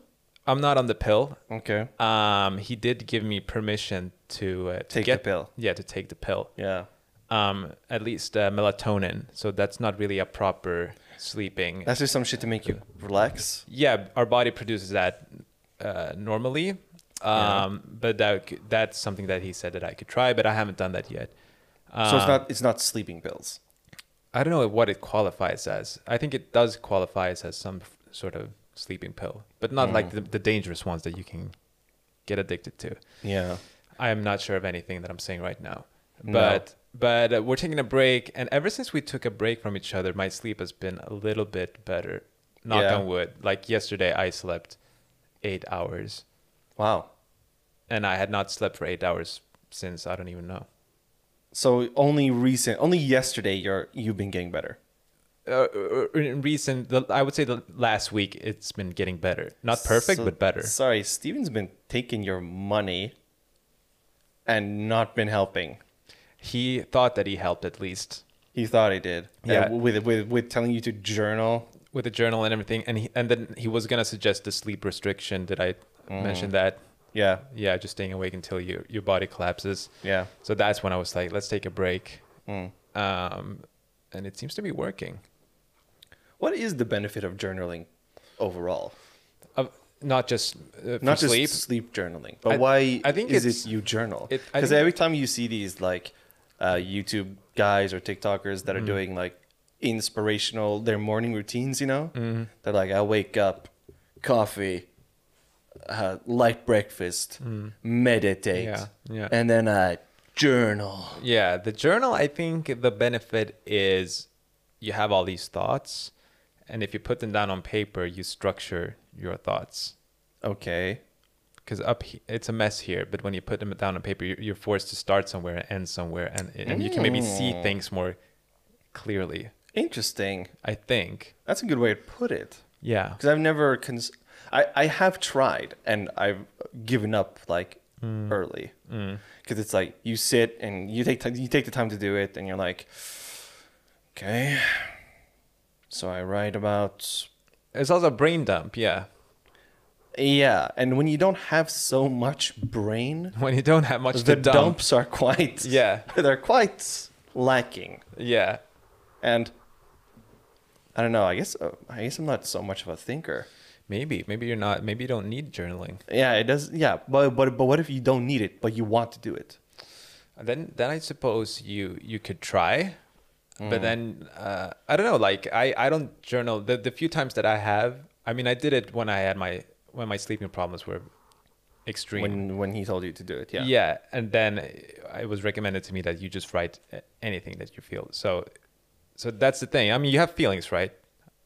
I'm not on the pill. Okay. Um, he did give me permission to, uh, to Take the get- pill. Yeah, to take the pill. Yeah. Um, at least uh, melatonin. So that's not really a proper sleeping. That's just some shit to make you relax. yeah, our body produces that uh, normally, um, but that c- that's something that he said that I could try, but I haven't done that yet. Um, so it's not it's not sleeping pills. I don't know what it qualifies as. I think it does qualify as some f- sort of sleeping pill, but not like Mm. the, the dangerous ones that you can get addicted to. Yeah. I am not sure of anything that I'm saying right now, No. but but uh, we're taking a break, and ever since we took a break from each other, my sleep has been a little bit better. Knock Yeah. on wood. Like yesterday, I slept eight hours, Wow. and I had not slept for eight hours since I don't even know. So only recent, only yesterday, you're you've been getting better. Uh, uh, in recent, the, I would say the last week it's been getting better. Not perfect, So- but better. Sorry, Steven's been taking your money and not been helping. He thought that he helped at least He thought he did. Yeah. Yeah. with with with telling you to journal. with the journal and everything, and he, and then he was gonna suggest the sleep restriction. Did I Mm. mention that? Yeah. yeah, just staying awake until your your body collapses. Yeah. So that's when I was like, let's take a break. Mm. Um, and it seems to be working. What is the benefit of journaling overall? Uh, not just uh, for Not just sleep. sleep, journaling, but I- why I think is it's- it you journal? it- I Because think- every time you see these like uh, YouTube guys or TikTokers Mm-hmm. that are doing like inspirational their morning routines, you know, Mm-hmm. they're like, I wake up, coffee, uh, light breakfast, meditate, Mm. Yeah, yeah. and then I journal. yeah, the journal. I think the benefit is you have all these thoughts, and if you put them down on paper, you structure your thoughts. Okay. Because up he- it's a mess here, but when you put them down on paper, you're, you're forced to start somewhere and end somewhere, and and you can maybe see things more clearly. Interesting. I think. That's a good way to put it. Yeah. because I've never cons- I I have tried and I've given up like Mm. early because it's like you sit and you take time you take the time to do it and you're like okay so I write about It's also a brain dump, yeah. yeah and when you don't have so much brain When you don't have much the to dump. dumps are quite Yeah. they're quite lacking Yeah. and I don't know I guess uh, I guess I'm not so much of a thinker Maybe. Maybe you're not maybe you don't need journaling. yeah it does yeah but but but what if you don't need it but you want to do it Then then I suppose you you could try. Mm. But then uh, I don't know, like I, I don't journal the, the few times that I have I mean I did it when I had my when my sleeping problems were extreme. when when he told you to do it. Yeah. yeah and then it was recommended to me that you just write anything that you feel so so that's the thing i mean you have feelings right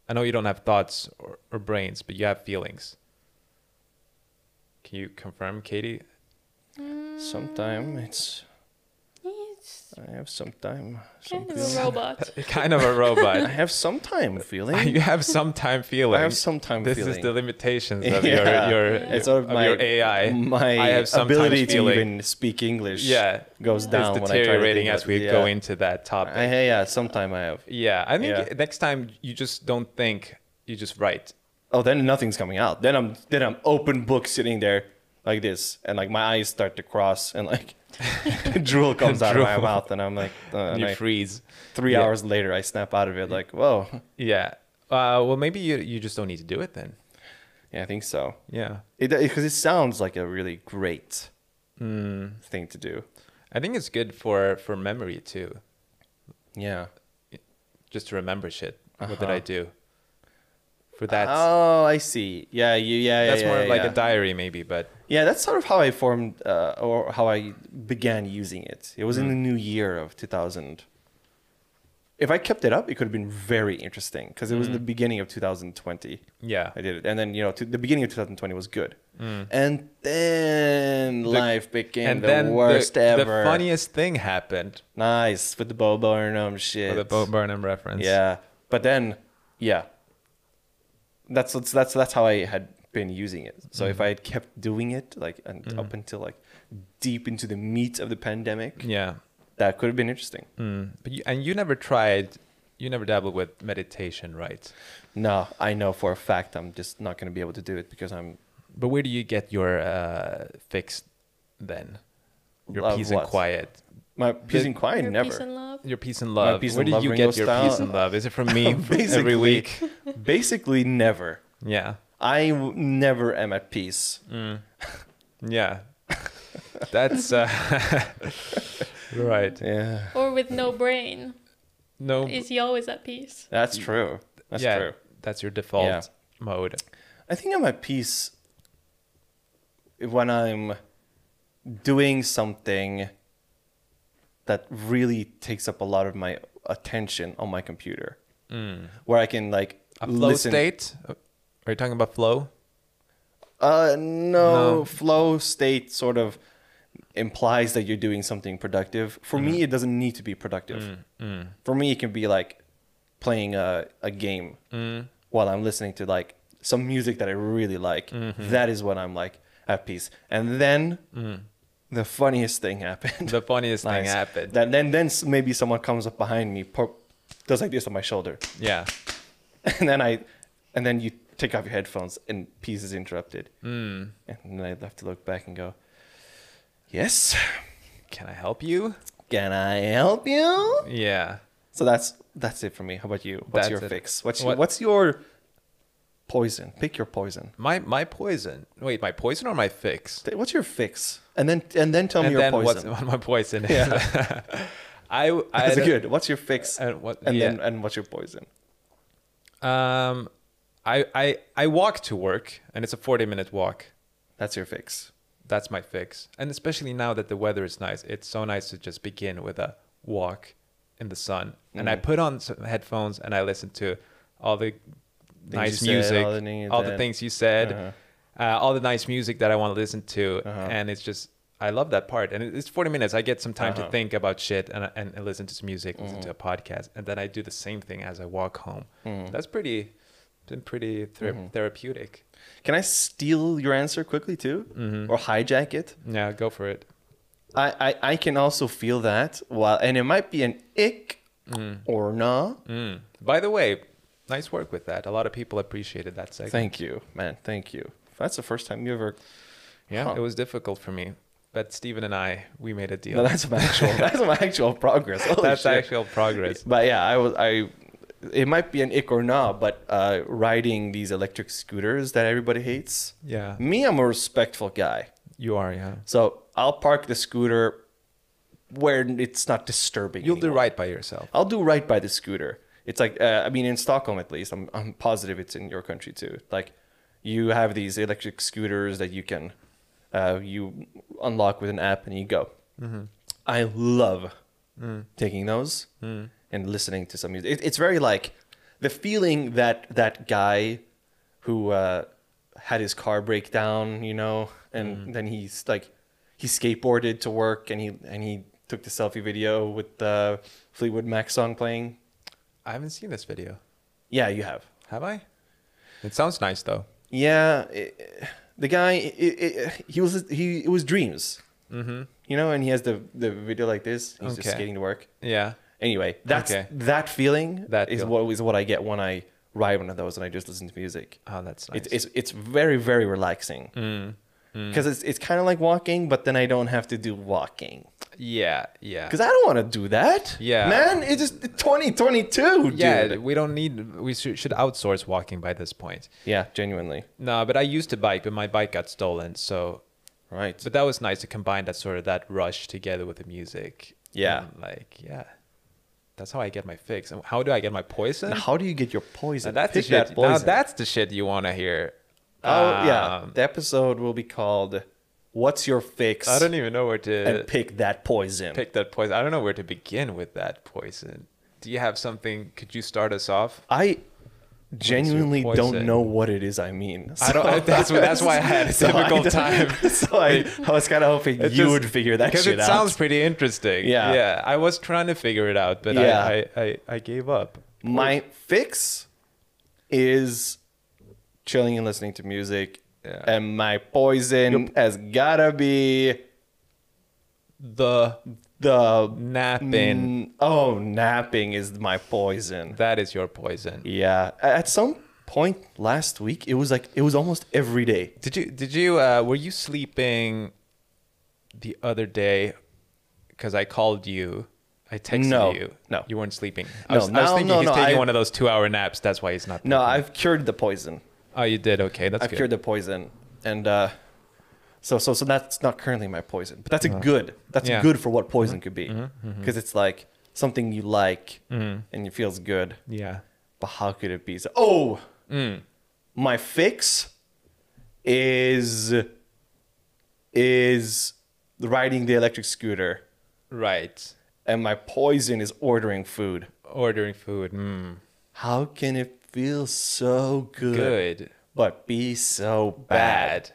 i know you don't have thoughts or, or brains but you have feelings can you confirm katie Sometime it's He's I have some time. Some kind of feel- a robot. You're kind of a I robot have some time feeling. you have some time feeling I have some time this feeling. is the limitations of Yeah. your your, it's sort of, of my your ai My I have sometimes ability to feeling- even speak English. yeah goes down it's when I try to deteriorating think as about- we yeah. go into that topic I, yeah, sometime I have. Yeah, I think Yeah. next time you just don't think, you just write. Oh, then nothing's coming out. Then I'm then I'm open book sitting there. like this, and like my eyes start to cross, and like drool comes out of my Drool. mouth, and I'm like, uh, and you I- freeze. three Yeah. hours later, I snap out of it like, whoa, Yeah. Uh, well, maybe you you just don't need to do it then. yeah, I think so. Yeah. It because it sounds like a really great Hmm. thing to do. I think it's good for for memory too, Yeah. just to remember shit. What did I Uh-huh. do? For that, oh, I see. Yeah, you. Yeah, yeah. that's more yeah, like yeah. a diary maybe, but Yeah, that's sort of how I formed uh, or how I began using it. It was Hmm. in the new year of 2000. If I kept it up, it could have been very interesting because it was in the Hmm. beginning of 2020. yeah. I did it. And then, you know, to the beginning of 2020 was good. And then life became Mm. and the then the- worst ever. the funniest thing happened. Nice with the Bo Burnham shit. With the Bo Burnham reference. Yeah, but then, yeah. That's that's that's that's how I had been using it. So Mm. if I had kept doing it like and up until like deep into the meat of the pandemic, Yeah. that could have been interesting. Mm. But you, and you never tried, you never dabbled with meditation, right? No, I know for a fact I'm just not going to be able to do it because I'm But where do you get your uh, fix then? Your Of peace and what? quiet, my peace The- and quiet Your never. peace and love. your peace and love. peace where and do love you Ringo get your peace style? and love? Is it from me every Basically. week? Basically, never. Yeah. Hmm. I w- never am at peace. Yeah. That's uh, right. Yeah, Or with no Oh. brain, No. is he always at peace? that's true. That's yeah, true. That's your default Yeah. mode. I think I'm at peace when I'm doing something that really takes up a lot of my attention on my computer, Hmm. where I can like A flow listen. state? Are you talking about flow? Uh, no, No. flow state sort of implies that you're doing something productive. For Mm. me, it doesn't need to be productive. For me, it can be like playing a, a game Mm. while I'm listening to like some music that I really like. Mm-hmm. That is when I'm like at peace. And then the funniest thing happened. Mm. The funniest thing Nice. happened. Then, then, then s- maybe someone comes up behind me, pop, does like this on my shoulder, yeah. and then I, and then you take off your headphones and peace is interrupted. Mm. And then I'd have to look back and go, Yes, Can I help you? can I help you? Yeah. So that's that's it for me. How about you? What's That's your it. fix? What's What- what's your poison? Pick your poison. My my poison. Wait, my poison or my fix? Th- What's your fix? And then and then tell me and your then what's poison. what my poison is. I, w- I That's d- good. What's your fix? And, And what? then yeah. and what's your poison? um, I I I walk to work, and it's a forty minute walk. That's your fix. That's my fix. And especially now that the weather is nice, it's so nice to just begin with a walk in the sun. Mm-hmm. And I put on some headphones and I listen to all the nice you said, music, all all the things the, that- things you said, Uh-huh. uh all the nice music that I want to listen to. And it's just, I love that part. And it- it's 40 minutes. I get some time to Uh-huh. Mm-hmm. think about shit and, and, and listen to some music, listen to a podcast. And then I do the same thing as I walk home. Mm-hmm. That's pretty, been pretty thera- therapeutic. Can I steal your answer quickly too, Mm-hmm. or hijack it? Yeah, go for it. I, I I can also feel that. While and it might be an ick or nah. Mm. By the way, nice work with that. A lot of people appreciated that segment. Thank you, man. Thank you. That's the first time you ever. yeah, Huh. it was difficult for me, but Steven and I we made a deal. No, that's my actual. that's my actual progress. Holy That's shit. actual progress. But yeah, I was. I. It might be an ick or nah, but uh, riding these electric scooters that everybody hates. Yeah, Me, I'm a respectful guy, you are. Yeah, so I'll park the scooter where it's not disturbing. you'll do anyone. right by yourself. I'll do right by the scooter. It's like uh, I mean, in Stockholm at least, I'm I'm positive it's in your country too. Like, you have these electric scooters that you can, uh, you unlock with an app and you go. I love taking those and listening to some music. It, it's very like the feeling that that guy who uh, had his car break down, you know, and Mm-hmm. then he's like he skateboarded to work and he and he took the selfie video with the Fleetwood Mac song playing. I haven't seen this video. Yeah, you have. Have I? It sounds nice though. Yeah, i i- the guy i i he was he it was dreams. Mm-hmm. You know, and he has the the video like this. He's just Okay. skating to work. Yeah. Anyway, that's Okay. that feeling. That is feel. what is what I get when I ride one of those and I just listen to music. Oh, that's nice. Mm, It's it's it's very very relaxing. because it's it's kind of like walking, but then I don't have to do walking Yeah, yeah. because I don't want to do that. Yeah. man, it's just 2022, dude. yeah, Yeah, we don't need. We should, should outsource walking by this point. genuinely, No, but I used to bike, but my bike got stolen. So, right? but that was nice to combine that sort of that rush together with the music. Yeah. And, like yeah, that's how I get my fix. And how do I get my poison? Now, how do you get your Now poison? that's the Pick that shit. Now poison. that's the shit you want to hear. Oh yeah, Um, the episode will be called "What's Your Fix?" I don't even know where and to pick that poison. pick that poison. I don't know where to begin with that poison. Do you have something? Could you start us off? I genuinely poison? don't know what it is. I mean, I don't. that's what- that's why I had a So I difficult don't- time. so I, I was kind of hoping It you just- would figure that because shit it out. sounds pretty interesting. Yeah. yeah. I was trying to figure it out, but Yeah. I, I, I, I gave up. My fix is chilling and listening to music, Yeah. and my poison has gotta be The the napping. Mm, oh, napping is my poison. That is your poison. Yeah, A- at some point last week, it was like it was almost every day. Did you? Did you? Uh, were you sleeping the other day? Because I called you. I texted No, you. no. you weren't sleeping. I No, was, I was no, thinking no, he's no, taking I- one of those two-hour naps. That's why he's not. No, sleeping. I've cured the poison. Oh, you did. Okay, that's I've good. cured the poison, and uh, so so so that's not currently my poison, but that's a good. That's Uh-huh. Yeah. Uh-huh. Mm-hmm. good for what poison could be, because it's like something you like and it feels good. yeah. But how could it be? So, oh, Mm. my fix is is riding the electric scooter, Right. and my poison is ordering food. Ordering food. Mm. How can it feel so good, Good. but be so bad? Bad.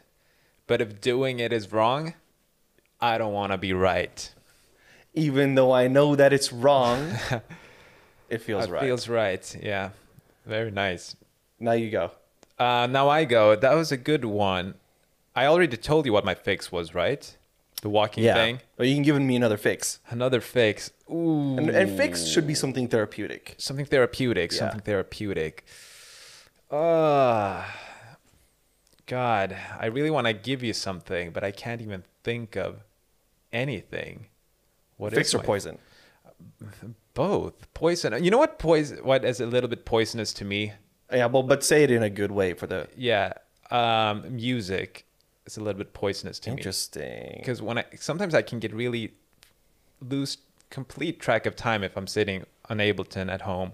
But if doing it is wrong, I don't want to be right. Even though I know that it's wrong, it feels It right. Feels right. Yeah. Very nice. Now you go. Uh, now I go. That was a good one. I already told you what my fix was, right? The walking Yeah. thing. Or you can give me another fix. Another fix. Ooh. And, and fix should be something therapeutic. something therapeutic. Yeah. Something therapeutic. Uh, God, I really want to give you something, but I can't even think of anything. What is fix or my- poison. Both poison. You know what poison? What is a little bit poisonous to me? Yeah, well, but say it in a good way for the Yeah, um, music is a little bit poisonous to me interesting. because when I sometimes I can get really lose complete track of time if I'm sitting on Ableton at home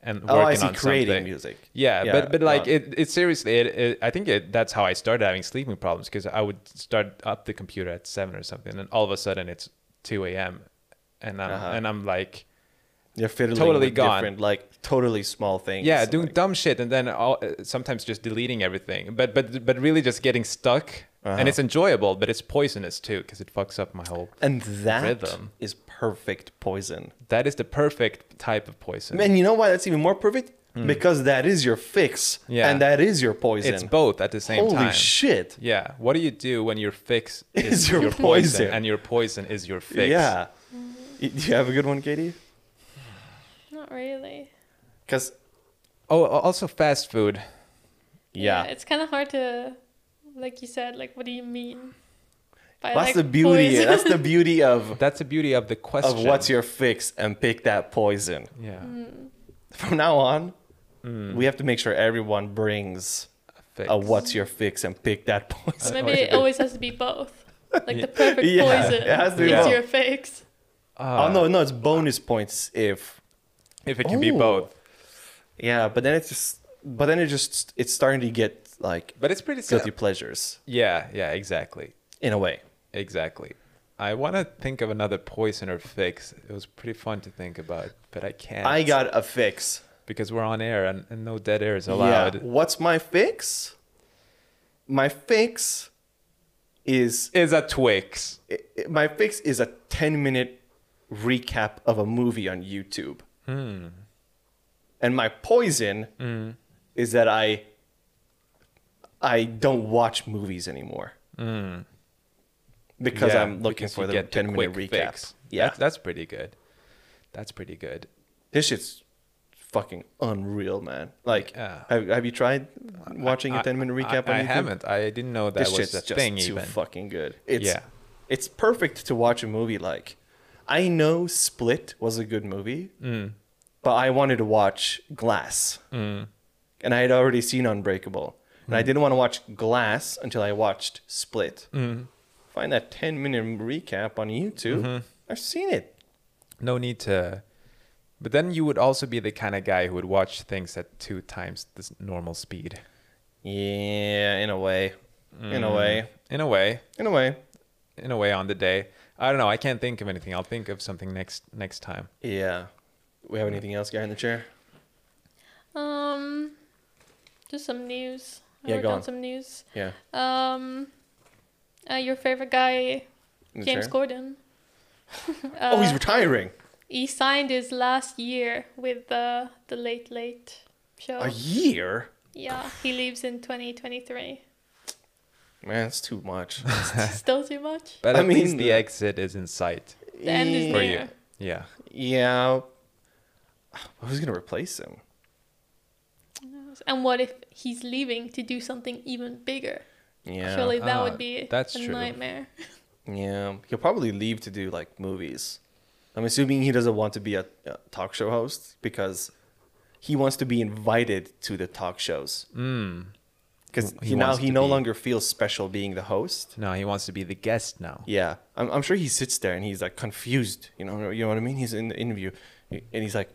and working Oh, I see. on Creating something. music. Yeah, Yeah, but but like no. it, it seriously, it, it I think it, that's how I started having sleeping problems because I would start up the computer at seven or something, and all of a sudden it's two a.m. and I'm Uh-huh. and I'm like. You're fiddling Totally with gone. different, like totally small things. yeah doing like- dumb shit and then all, uh, sometimes just deleting everything but but but really just getting stuck Uh-huh. and it's enjoyable but it's poisonous too because it fucks up my whole and that is rhythm. perfect poison. that is the perfect type of poison And you know why that's even more perfect? Because that is your fix, Hmm. Yeah. and that is your poison. it's both at the same Holy time shit! yeah what do you do when your fix is, Is your your, poison, poison. and your poison is your fix Yeah. Y- Do you have a good one, Katie? Not really. Because oh also fast food yeah, it's kind of hard to, like you said, like what do you mean? By, that's like, the beauty. poison? That's the beauty of that's the beauty of the question of what's your fix and pick that poison. yeah From now on, Hmm. we have to make sure everyone brings fix. a what's your fix and pick that poison. So maybe it always has to be both. Like the perfect Yeah, poison it has to be is both. your fix. Uh, oh no, no, it's bonus points if Ah, if it can be Oh. both Yeah, but then it's just, but then it just, it's starting to get like but it's pretty guilty simple pleasures yeah yeah exactly in a way. Exactly. I want to think of another poison or fix. It was pretty fun to think about, but I can't. I got a fix. because we're on air and, and no dead air is Yeah. allowed. What's my fix? My fix is Is a Twix. i- i- my fix is a 10 minute recap of a movie on YouTube. Hmm. And my poison is that I I don't watch movies anymore. Because Hmm. Yeah, I'm looking because for you the get 10 minute quick recap. fix. Yeah. that's, that's pretty good. That's pretty good. This shit's fucking unreal, man. Like, Yeah. have, have you tried watching a I- 10 minute I- recap I, on YouTube? haven't. I didn't know that this was shit's a just thing. too Even fucking good. It's Yeah. it's perfect to watch a movie like. I know Split was a good movie, but I wanted to watch Glass, and I had already seen Unbreakable, and I didn't want to watch Glass until I watched Split. Find that ten minute recap on YouTube. I've seen it. no need to. But then you would also be the kind of guy who would watch things at two times the s- normal speed. Yeah, in a way, in a way, In a way, in a way. in a way, on the day. I don't know. I can't think of anything. I'll think of something next next time. Yeah. We have anything else, guy in the chair? Um, just some news. I Yeah, wrote go down on. some news. Yeah. Um, uh, your favorite guy, In the James chair? Gordon. oh, he's Uh, retiring. he signed his last year with the the Late Late Show. A year. yeah, he leaves in 2023. Man, that's too much. Still too much. But I at least mean, the uh, exit is in sight The end is for you. near. Yeah. yeah. Who's gonna replace him? And what if he's leaving to do something even bigger? Yeah. Surely that Ah, would be that's a true. nightmare. Yeah. He'll probably leave to do like movies. I'm assuming he doesn't want to be a, a talk show host because he wants to be invited to the talk shows. Because He he, now wants he to no be- longer feels special being the host. No, he wants to be the guest now. Yeah, I'm, I'm sure he sits there and he's like confused. You know, you know what I mean? He's in the interview, and he's like,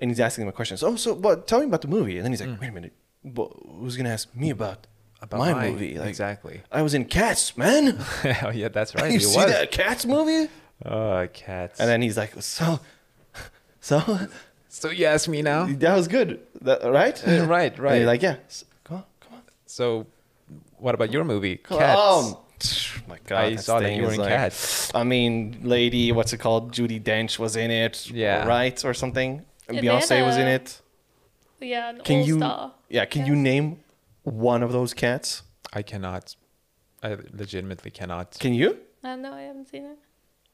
and he's asking them questions. Oh, so what? Tell me about the movie. And then he's like, wait a minute, wha- who's gonna ask me about, Mm. About my, my- movie? Like, exactly. I was in Cats, man. oh yeah, that's right. you he see was. that Cats movie? Oh, cats. And then he's like, so, so so you ask me now. that was good, that, right? Yeah, Uh, right, And right. you're like, yeah, s- come on, come on, So, what about your movie? come Cats. on. Oh, my God, I saw that thing you were is in Cats. I mean, lady, what's it called? Judy Dench was in it, Yeah. right, or something. And Yeah, they had Beyonce was in a- it. Yeah, an Can you? all-star. Yeah, can you cast. name one of those cats? I cannot. I legitimately cannot. Can you? Uh, no, I haven't seen it.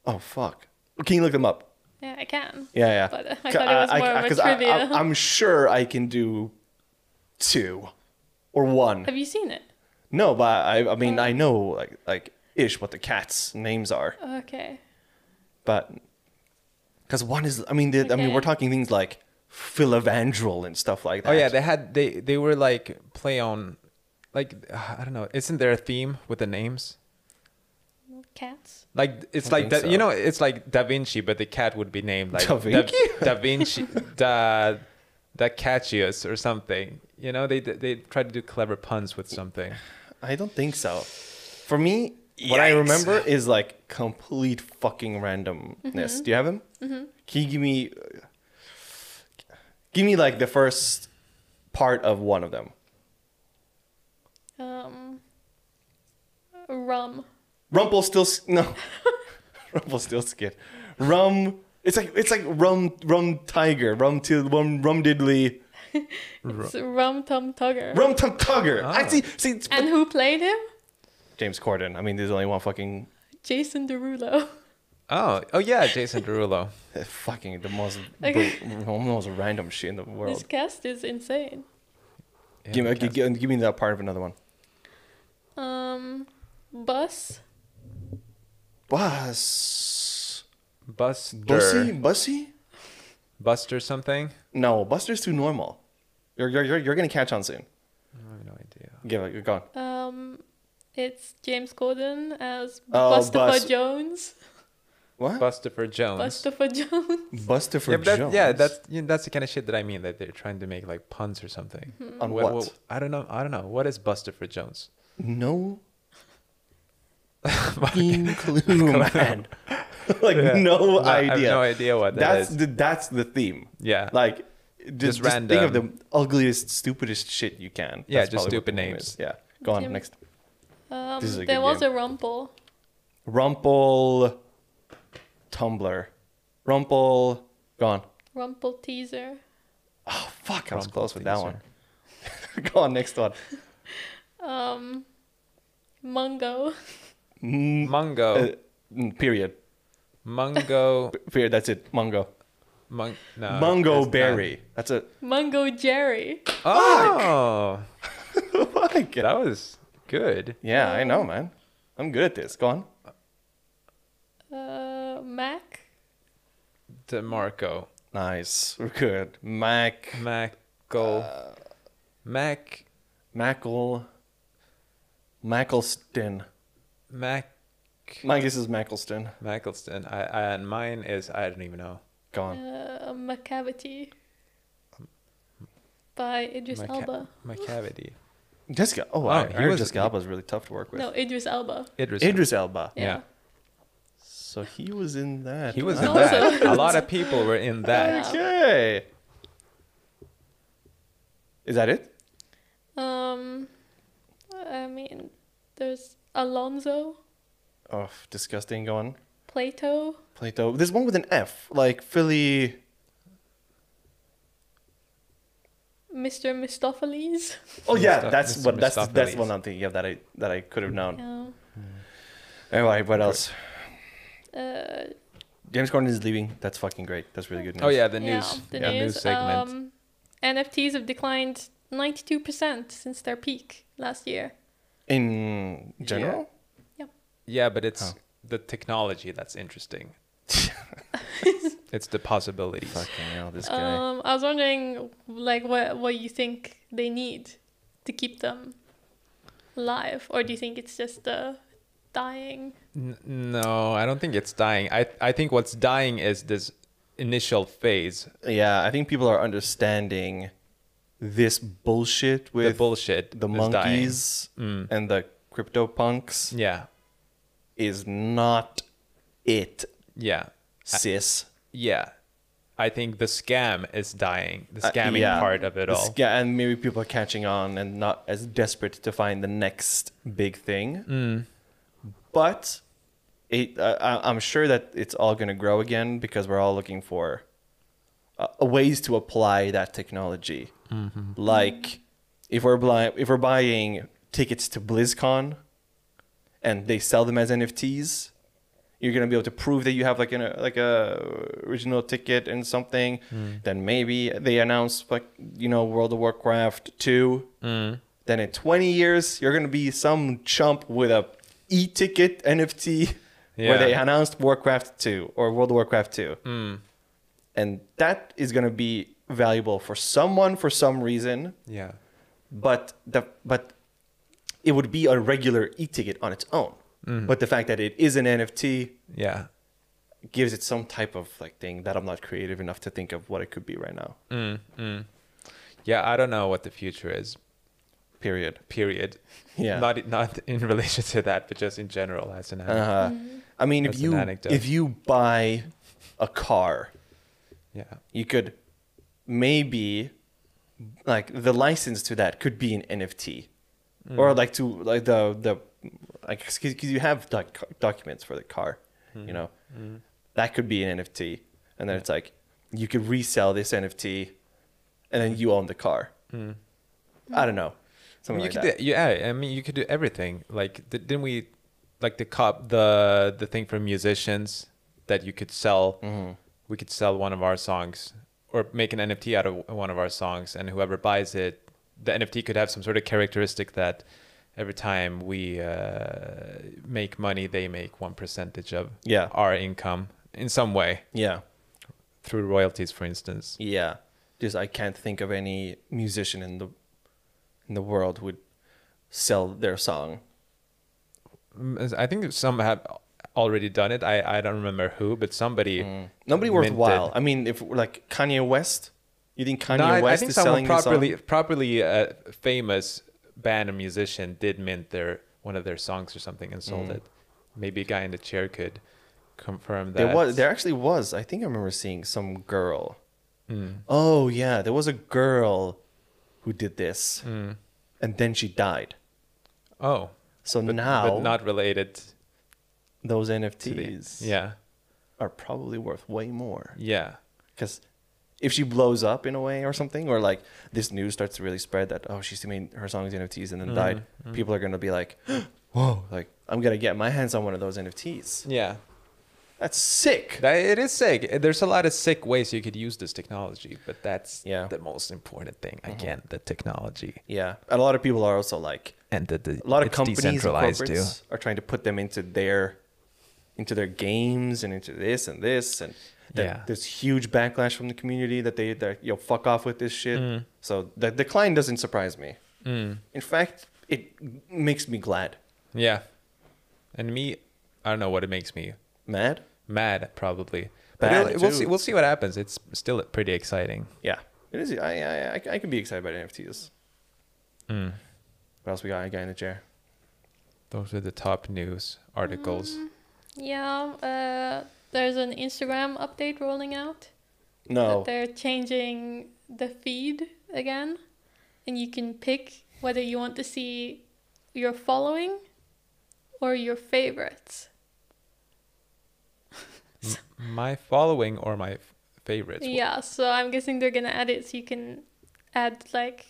Oh fuck! Can you look them up? Yeah, I can. Yeah, yeah. But uh, I C- thought it was I- I- more of a 'cause I- trivia. I, am sure I can do two or one. Have you seen it? No, but I, I mean, I know like like ish what the cats' names are, Okay. but because one is, I mean, the, I mean, Okay. we're talking things like Philivandrel and stuff like that. Oh yeah, they had they they were like play on, like I don't know. Isn't there a theme with the names? Cats. Like it's I like think da, you so. know it's like Da Vinci, but the cat would be named like Da Vinci? Da, da Vinci, Da Da Catius or something. You know they they try to do clever puns with something. I don't think so. For me, what I Yikes. remember is like complete fucking randomness. Do you have him? Mm-hmm. Can you give me, give me like the first part of one of them? Um. Rum. Rumple still no, Rumple still skid. Rum. It's like it's like rum rum tiger rum till rum rum diddly It's Rum Tum Tugger. rum tum tugger. I Ah. see see it's- And who played him? James Corden. I mean, there's only one fucking Jason Derulo. Oh oh yeah, Jason Derulo. uh, fucking the most Okay. bro- most random shit in the world. This cast is insane. Yeah, Give me, the give, cats. give me that part of another one. Um. Bus. Bus. Buster. Bussy? Bussy? Buster something. No, Buster's too normal. You're, you're, you're, you're going to catch on soon. I have no idea. Give it, you're gone. Um. It's James Gordon as Oh, Buster Bus- Jones. What? Buster for Jones. Buster Jones. Buster for yeah, but that, Jones. yeah, that's you know, that's the kind of shit that I mean that they're trying to make like puns or something. On Wha- what? wha- I don't know. I don't know. What is Buster for Jones? No. fucking clue, man. like, Yeah. no I idea. have no idea what that that's is. The, that's the theme. Yeah. Like, just, Just just think of the random. ugliest, stupidest shit you can. Yeah, That's just probably what stupid the name names. is. Yeah. Go on, Jim- next. Um, This is a there good was game. a Rumple. Rumple. Tumblr. Rumple. Gone. Rumple teaser. Oh fuck! I was Rumble close with that teaser. one. Go on, next one. Um. Mungo. Mm, Mungo, uh, mm, period. Mungo, P- Period. That's it. Mungo. Mung, no, Mungo that's not- berry. That's a Mungo Jerry. Oh, like. That was good. Yeah, I know, man. I'm good at this. Go on. Uh, Mac. DeMarco. Nice. We're good. Mac. Mackle. Uh. Mac. Mackle. Mackleston. Mac. My guess is Mackleston. Mackleston. I, I, and mine is, I don't even know. Go on. Uh, Macavity. Um, By Idris Maca- Elba. Macavity. Jessica. Oh, wow. Oh, he Your was- Jessica Alba is really tough to work with. No, Idris Elba. Idris. Idris Elba. Yeah. Yeah. So he was in that. He was Wow. in Also- that. A lot of people were in that. Yeah. Okay. Is that it? Um, I mean, there's Alonso, Oh, disgusting. Go on. Plato. Plato. There's one with an F, like Philly. Mr. Mistopheles. Oh yeah, Misto- that's Mr. what that's that's Mistopheles. one I'm thinking of that I that I could have known. Um, No. Anyway, what else? Uh, James Corden is leaving. That's fucking great. That's really good news. Oh, yeah, the news. Yeah, the yeah, news. segment. Um, NFTs have declined 92% since their peak last year. In general, yeah, but it's Oh. the technology that's interesting. it's the possibilities. fucking hell, this guy. Um, I was wondering, like, what what you think they need to keep them live, or do you think it's just the dying? N- no, I don't think it's dying. I I think what's dying is this initial phase, yeah, I think people are understanding this bullshit with the bullshit, the is dying. monkeys and the crypto punks Yeah, is not it, yeah, sis. yeah. I think the scam is dying. The Uh, scamming yeah. part of it The all. sca- and maybe people are catching on and not as desperate to find the next big thing. Mm. But it, uh, I, I'm sure that it's all going to grow again because we're all looking for uh, ways to apply that technology. Like if we're bli- if we're buying tickets to BlizzCon and they sell them as NFTs, you're gonna be able to prove that you have like an uh, like a original ticket and something. Then maybe they announce like you know World of Warcraft two. Then in 20 years, you're gonna be some chump with a e-ticket NFT Yeah. where they announced Warcraft two or World of Warcraft two, and that is gonna be valuable for someone for some reason. yeah, But the but it would be a regular e-ticket on its own. Mm-hmm. But the fact that it is an NFT yeah. gives it some type of like thing that I'm not creative enough to think of what it could be right now. Mm, Yeah, I don't know what the future is. Period. Period. Yeah. Not not in relation to that, but just in general as an. Uh, I mean, if Mm-hmm. That's an you anecdote. if you buy a car, Yeah. you could maybe like the license to that could be an NFT, Hmm. or like to like the the like because you have doc- documents for the car, Hmm. you know, that could be an NFT, and then it's like you could resell this NFT, and then you own the car. I don't know. Something Hmm. you like could that. do, yeah i mean you could do everything like th- didn't we like the cop the the thing for musicians that you could sell Mm-hmm. we could sell one of our songs or make an nft out of one of our songs and whoever buys it the nft could have some sort of characteristic that every time we uh, make money they make one percentage of Yeah. our income in some way Yeah. through royalties for instance Yeah. Just I can't think of any musician in the in the world who would sell their song. Mm, i think some have already done it i, I don't remember who but somebody Mm. Nobody minted- worthwhile. I mean, if like Kanye West, you think Kanye No, I, I West think is someone selling properly his properly uh, famous band and musician did mint their one of their songs or something and Mm. sold it. Maybe a guy in the chair could confirm that. song? There was there actually was. I think I remember seeing some girl. Hmm. Oh yeah, there was a girl who did this, Hmm. and then she died. oh, So now but not related. those To the, NFTs yeah, are probably worth way more. yeah, because if she blows up in a way or something, or like this news starts to really spread that oh she's made her songs NFTs and then died, Mm-hmm. people are gonna be like, whoa, like I'm gonna get my hands on one of those NFTs, yeah. That's sick. That- it is sick. There's a lot of sick ways you could use this technology, but that's Yeah. Mm-hmm. the most important thing. Again, the technology Yeah. And a lot of people are also like and the, the a lot of it's companies and decentralized too. corporates are trying to put them into their into their games and into this and this and that Yeah. there's huge backlash from the community that they that you know fuck off with this shit. Mm. So the decline doesn't surprise me. In fact, it makes me glad. Yeah, and me, I don't know what it makes me Mad? mad probably. Bad, But it, we'll too. see. We'll see what happens. It's still pretty exciting. Yeah. It is I I I, I can be excited about NFTs. Mm. What else we got? I got in the chair. Those are the top news articles. Mm, Yeah, uh, there's an Instagram update rolling out. No. That they're changing the feed again, and you can pick whether you want to see your following or your favorites. My following or my f- favorites. yeah, so I'm guessing they're gonna add it so you can add like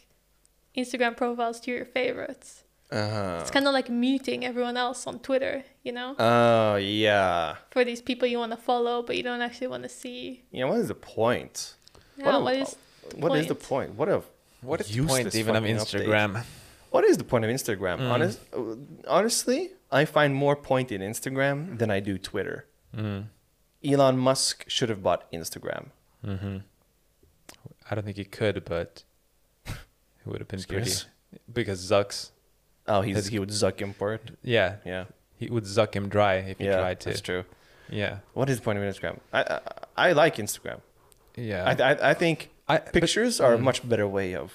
Instagram profiles to your favorites. Uh-huh. It's kind of like muting everyone else on Twitter, you know, Oh yeah. for these people you want to follow but you don't actually want to see. Yeah, what is the point? Yeah, a- what is What is the point? What a What is the useless point even of fucking update. Instagram? Mm. What is the point of Instagram? Honest, honestly, I find more point in Instagram than I do Twitter. Mm. Elon Musk should have bought Instagram. I don't think he could, but it would have been pretty. Serious? Because Zucks, Oh, he's That's- he would zuck him for it. yeah, Yeah, he would zuck him dry if he yeah, tried to. that's true. Yeah, What is the point of Instagram? I I, I like Instagram. yeah. I, I I think I- but- mm. pictures are a much better way of.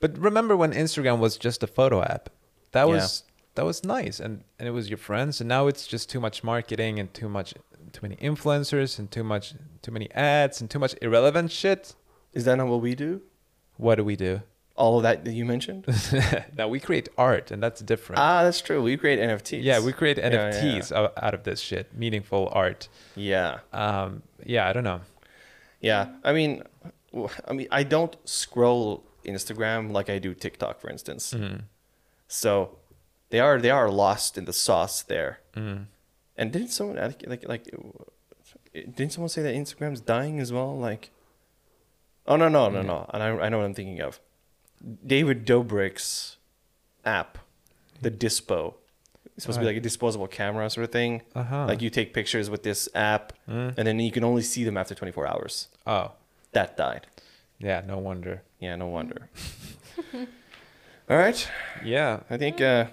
but remember when Instagram was just a photo app? That Yeah. was that was nice, and and it was your friends. And now it's just too much marketing and too much too many influencers and too much too many ads and too much irrelevant shit. Is that not what we do? What do we do? All of that that you mentioned. now we create art, and that's different. ah, that's true. We create NFTs. yeah, we create Yeah, yeah, yeah. NFTs o- out of this shit, meaningful art. Yeah. Um, yeah, I don't know. Yeah, I mean, w- I mean, I don't scroll Instagram like I do TikTok, for instance. So they are they are lost in the sauce there. And didn't someone I think- like like didn't someone say that Instagram's dying as well? Like, oh no no no no, and I I know what I'm thinking of. David Dobrik's app, the Dispo. It's supposed to be like a disposable camera sort of thing. Uh-huh. Like you take pictures with this app, and then you can only see them after 24 hours Oh, that died. yeah, no wonder. Yeah, no wonder. all right, Yeah, I think, uh, I think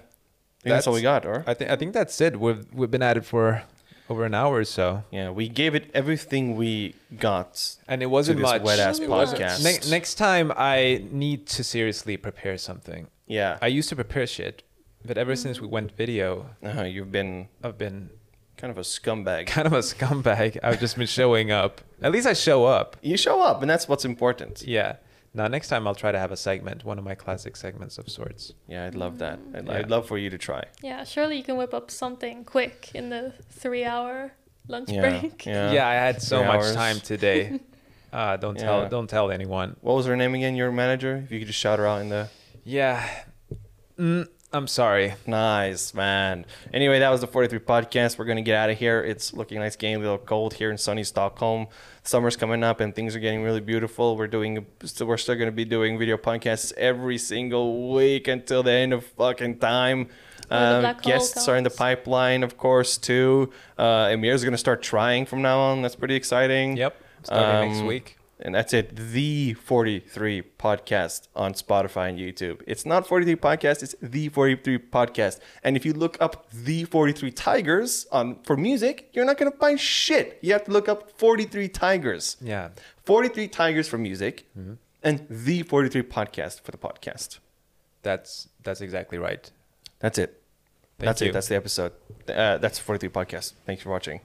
that's, all we got, or I think I think that's it. We've we've been at it for over an hour or so, yeah, we gave it everything we got. and it To wasn't this much. wet ass It wasn't- podcast. Ne- next time, I need to seriously prepare something. yeah, I used to prepare shit, but ever since we went video, uh, you've been I've been kind of a scumbag. kind of a scumbag. I've just been showing up. At least I show up. You show up, and that's what's important. Yeah. Now next time I'll try to have a segment, one of my classic segments of sorts. Yeah, I'd love that. I'd, Yeah. I'd love for you to try. Yeah, surely you can whip up something quick in the three hour lunch Yeah, break. yeah. yeah, I had so Three much hours. time today. Uh, don't tell Yeah. don't tell anyone. What was her name again? Your manager? If you could just shout her out in the Yeah. Mm, I'm sorry. Nice, man. Anyway, that was the 43 podcast. We're going to get out of here. It's looking nice, getting a little cold here in sunny Stockholm. Summer's coming up and things are getting really beautiful. We're doing, so we're still going to be doing video podcasts every single week until the end of fucking time. Or the Um, black hole guests are in the comes. pipeline, of course, too. Uh, Emir's going to start trying from now on. That's pretty exciting. Yep. Starting next Um, week. And that's it. The 43 podcast on Spotify and YouTube. It's not 43 podcast, it's the 43 podcast. And if you look up the 43 Tigers on for music, you're not going to find shit. You have to look up 43 Tigers. Yeah. 43 Tigers for music Mm-hmm. and the 43 podcast for the podcast. That's that's exactly right. That's it. Thank that's you. it. That's the episode. Uh, that's 43 podcast. Thanks for watching.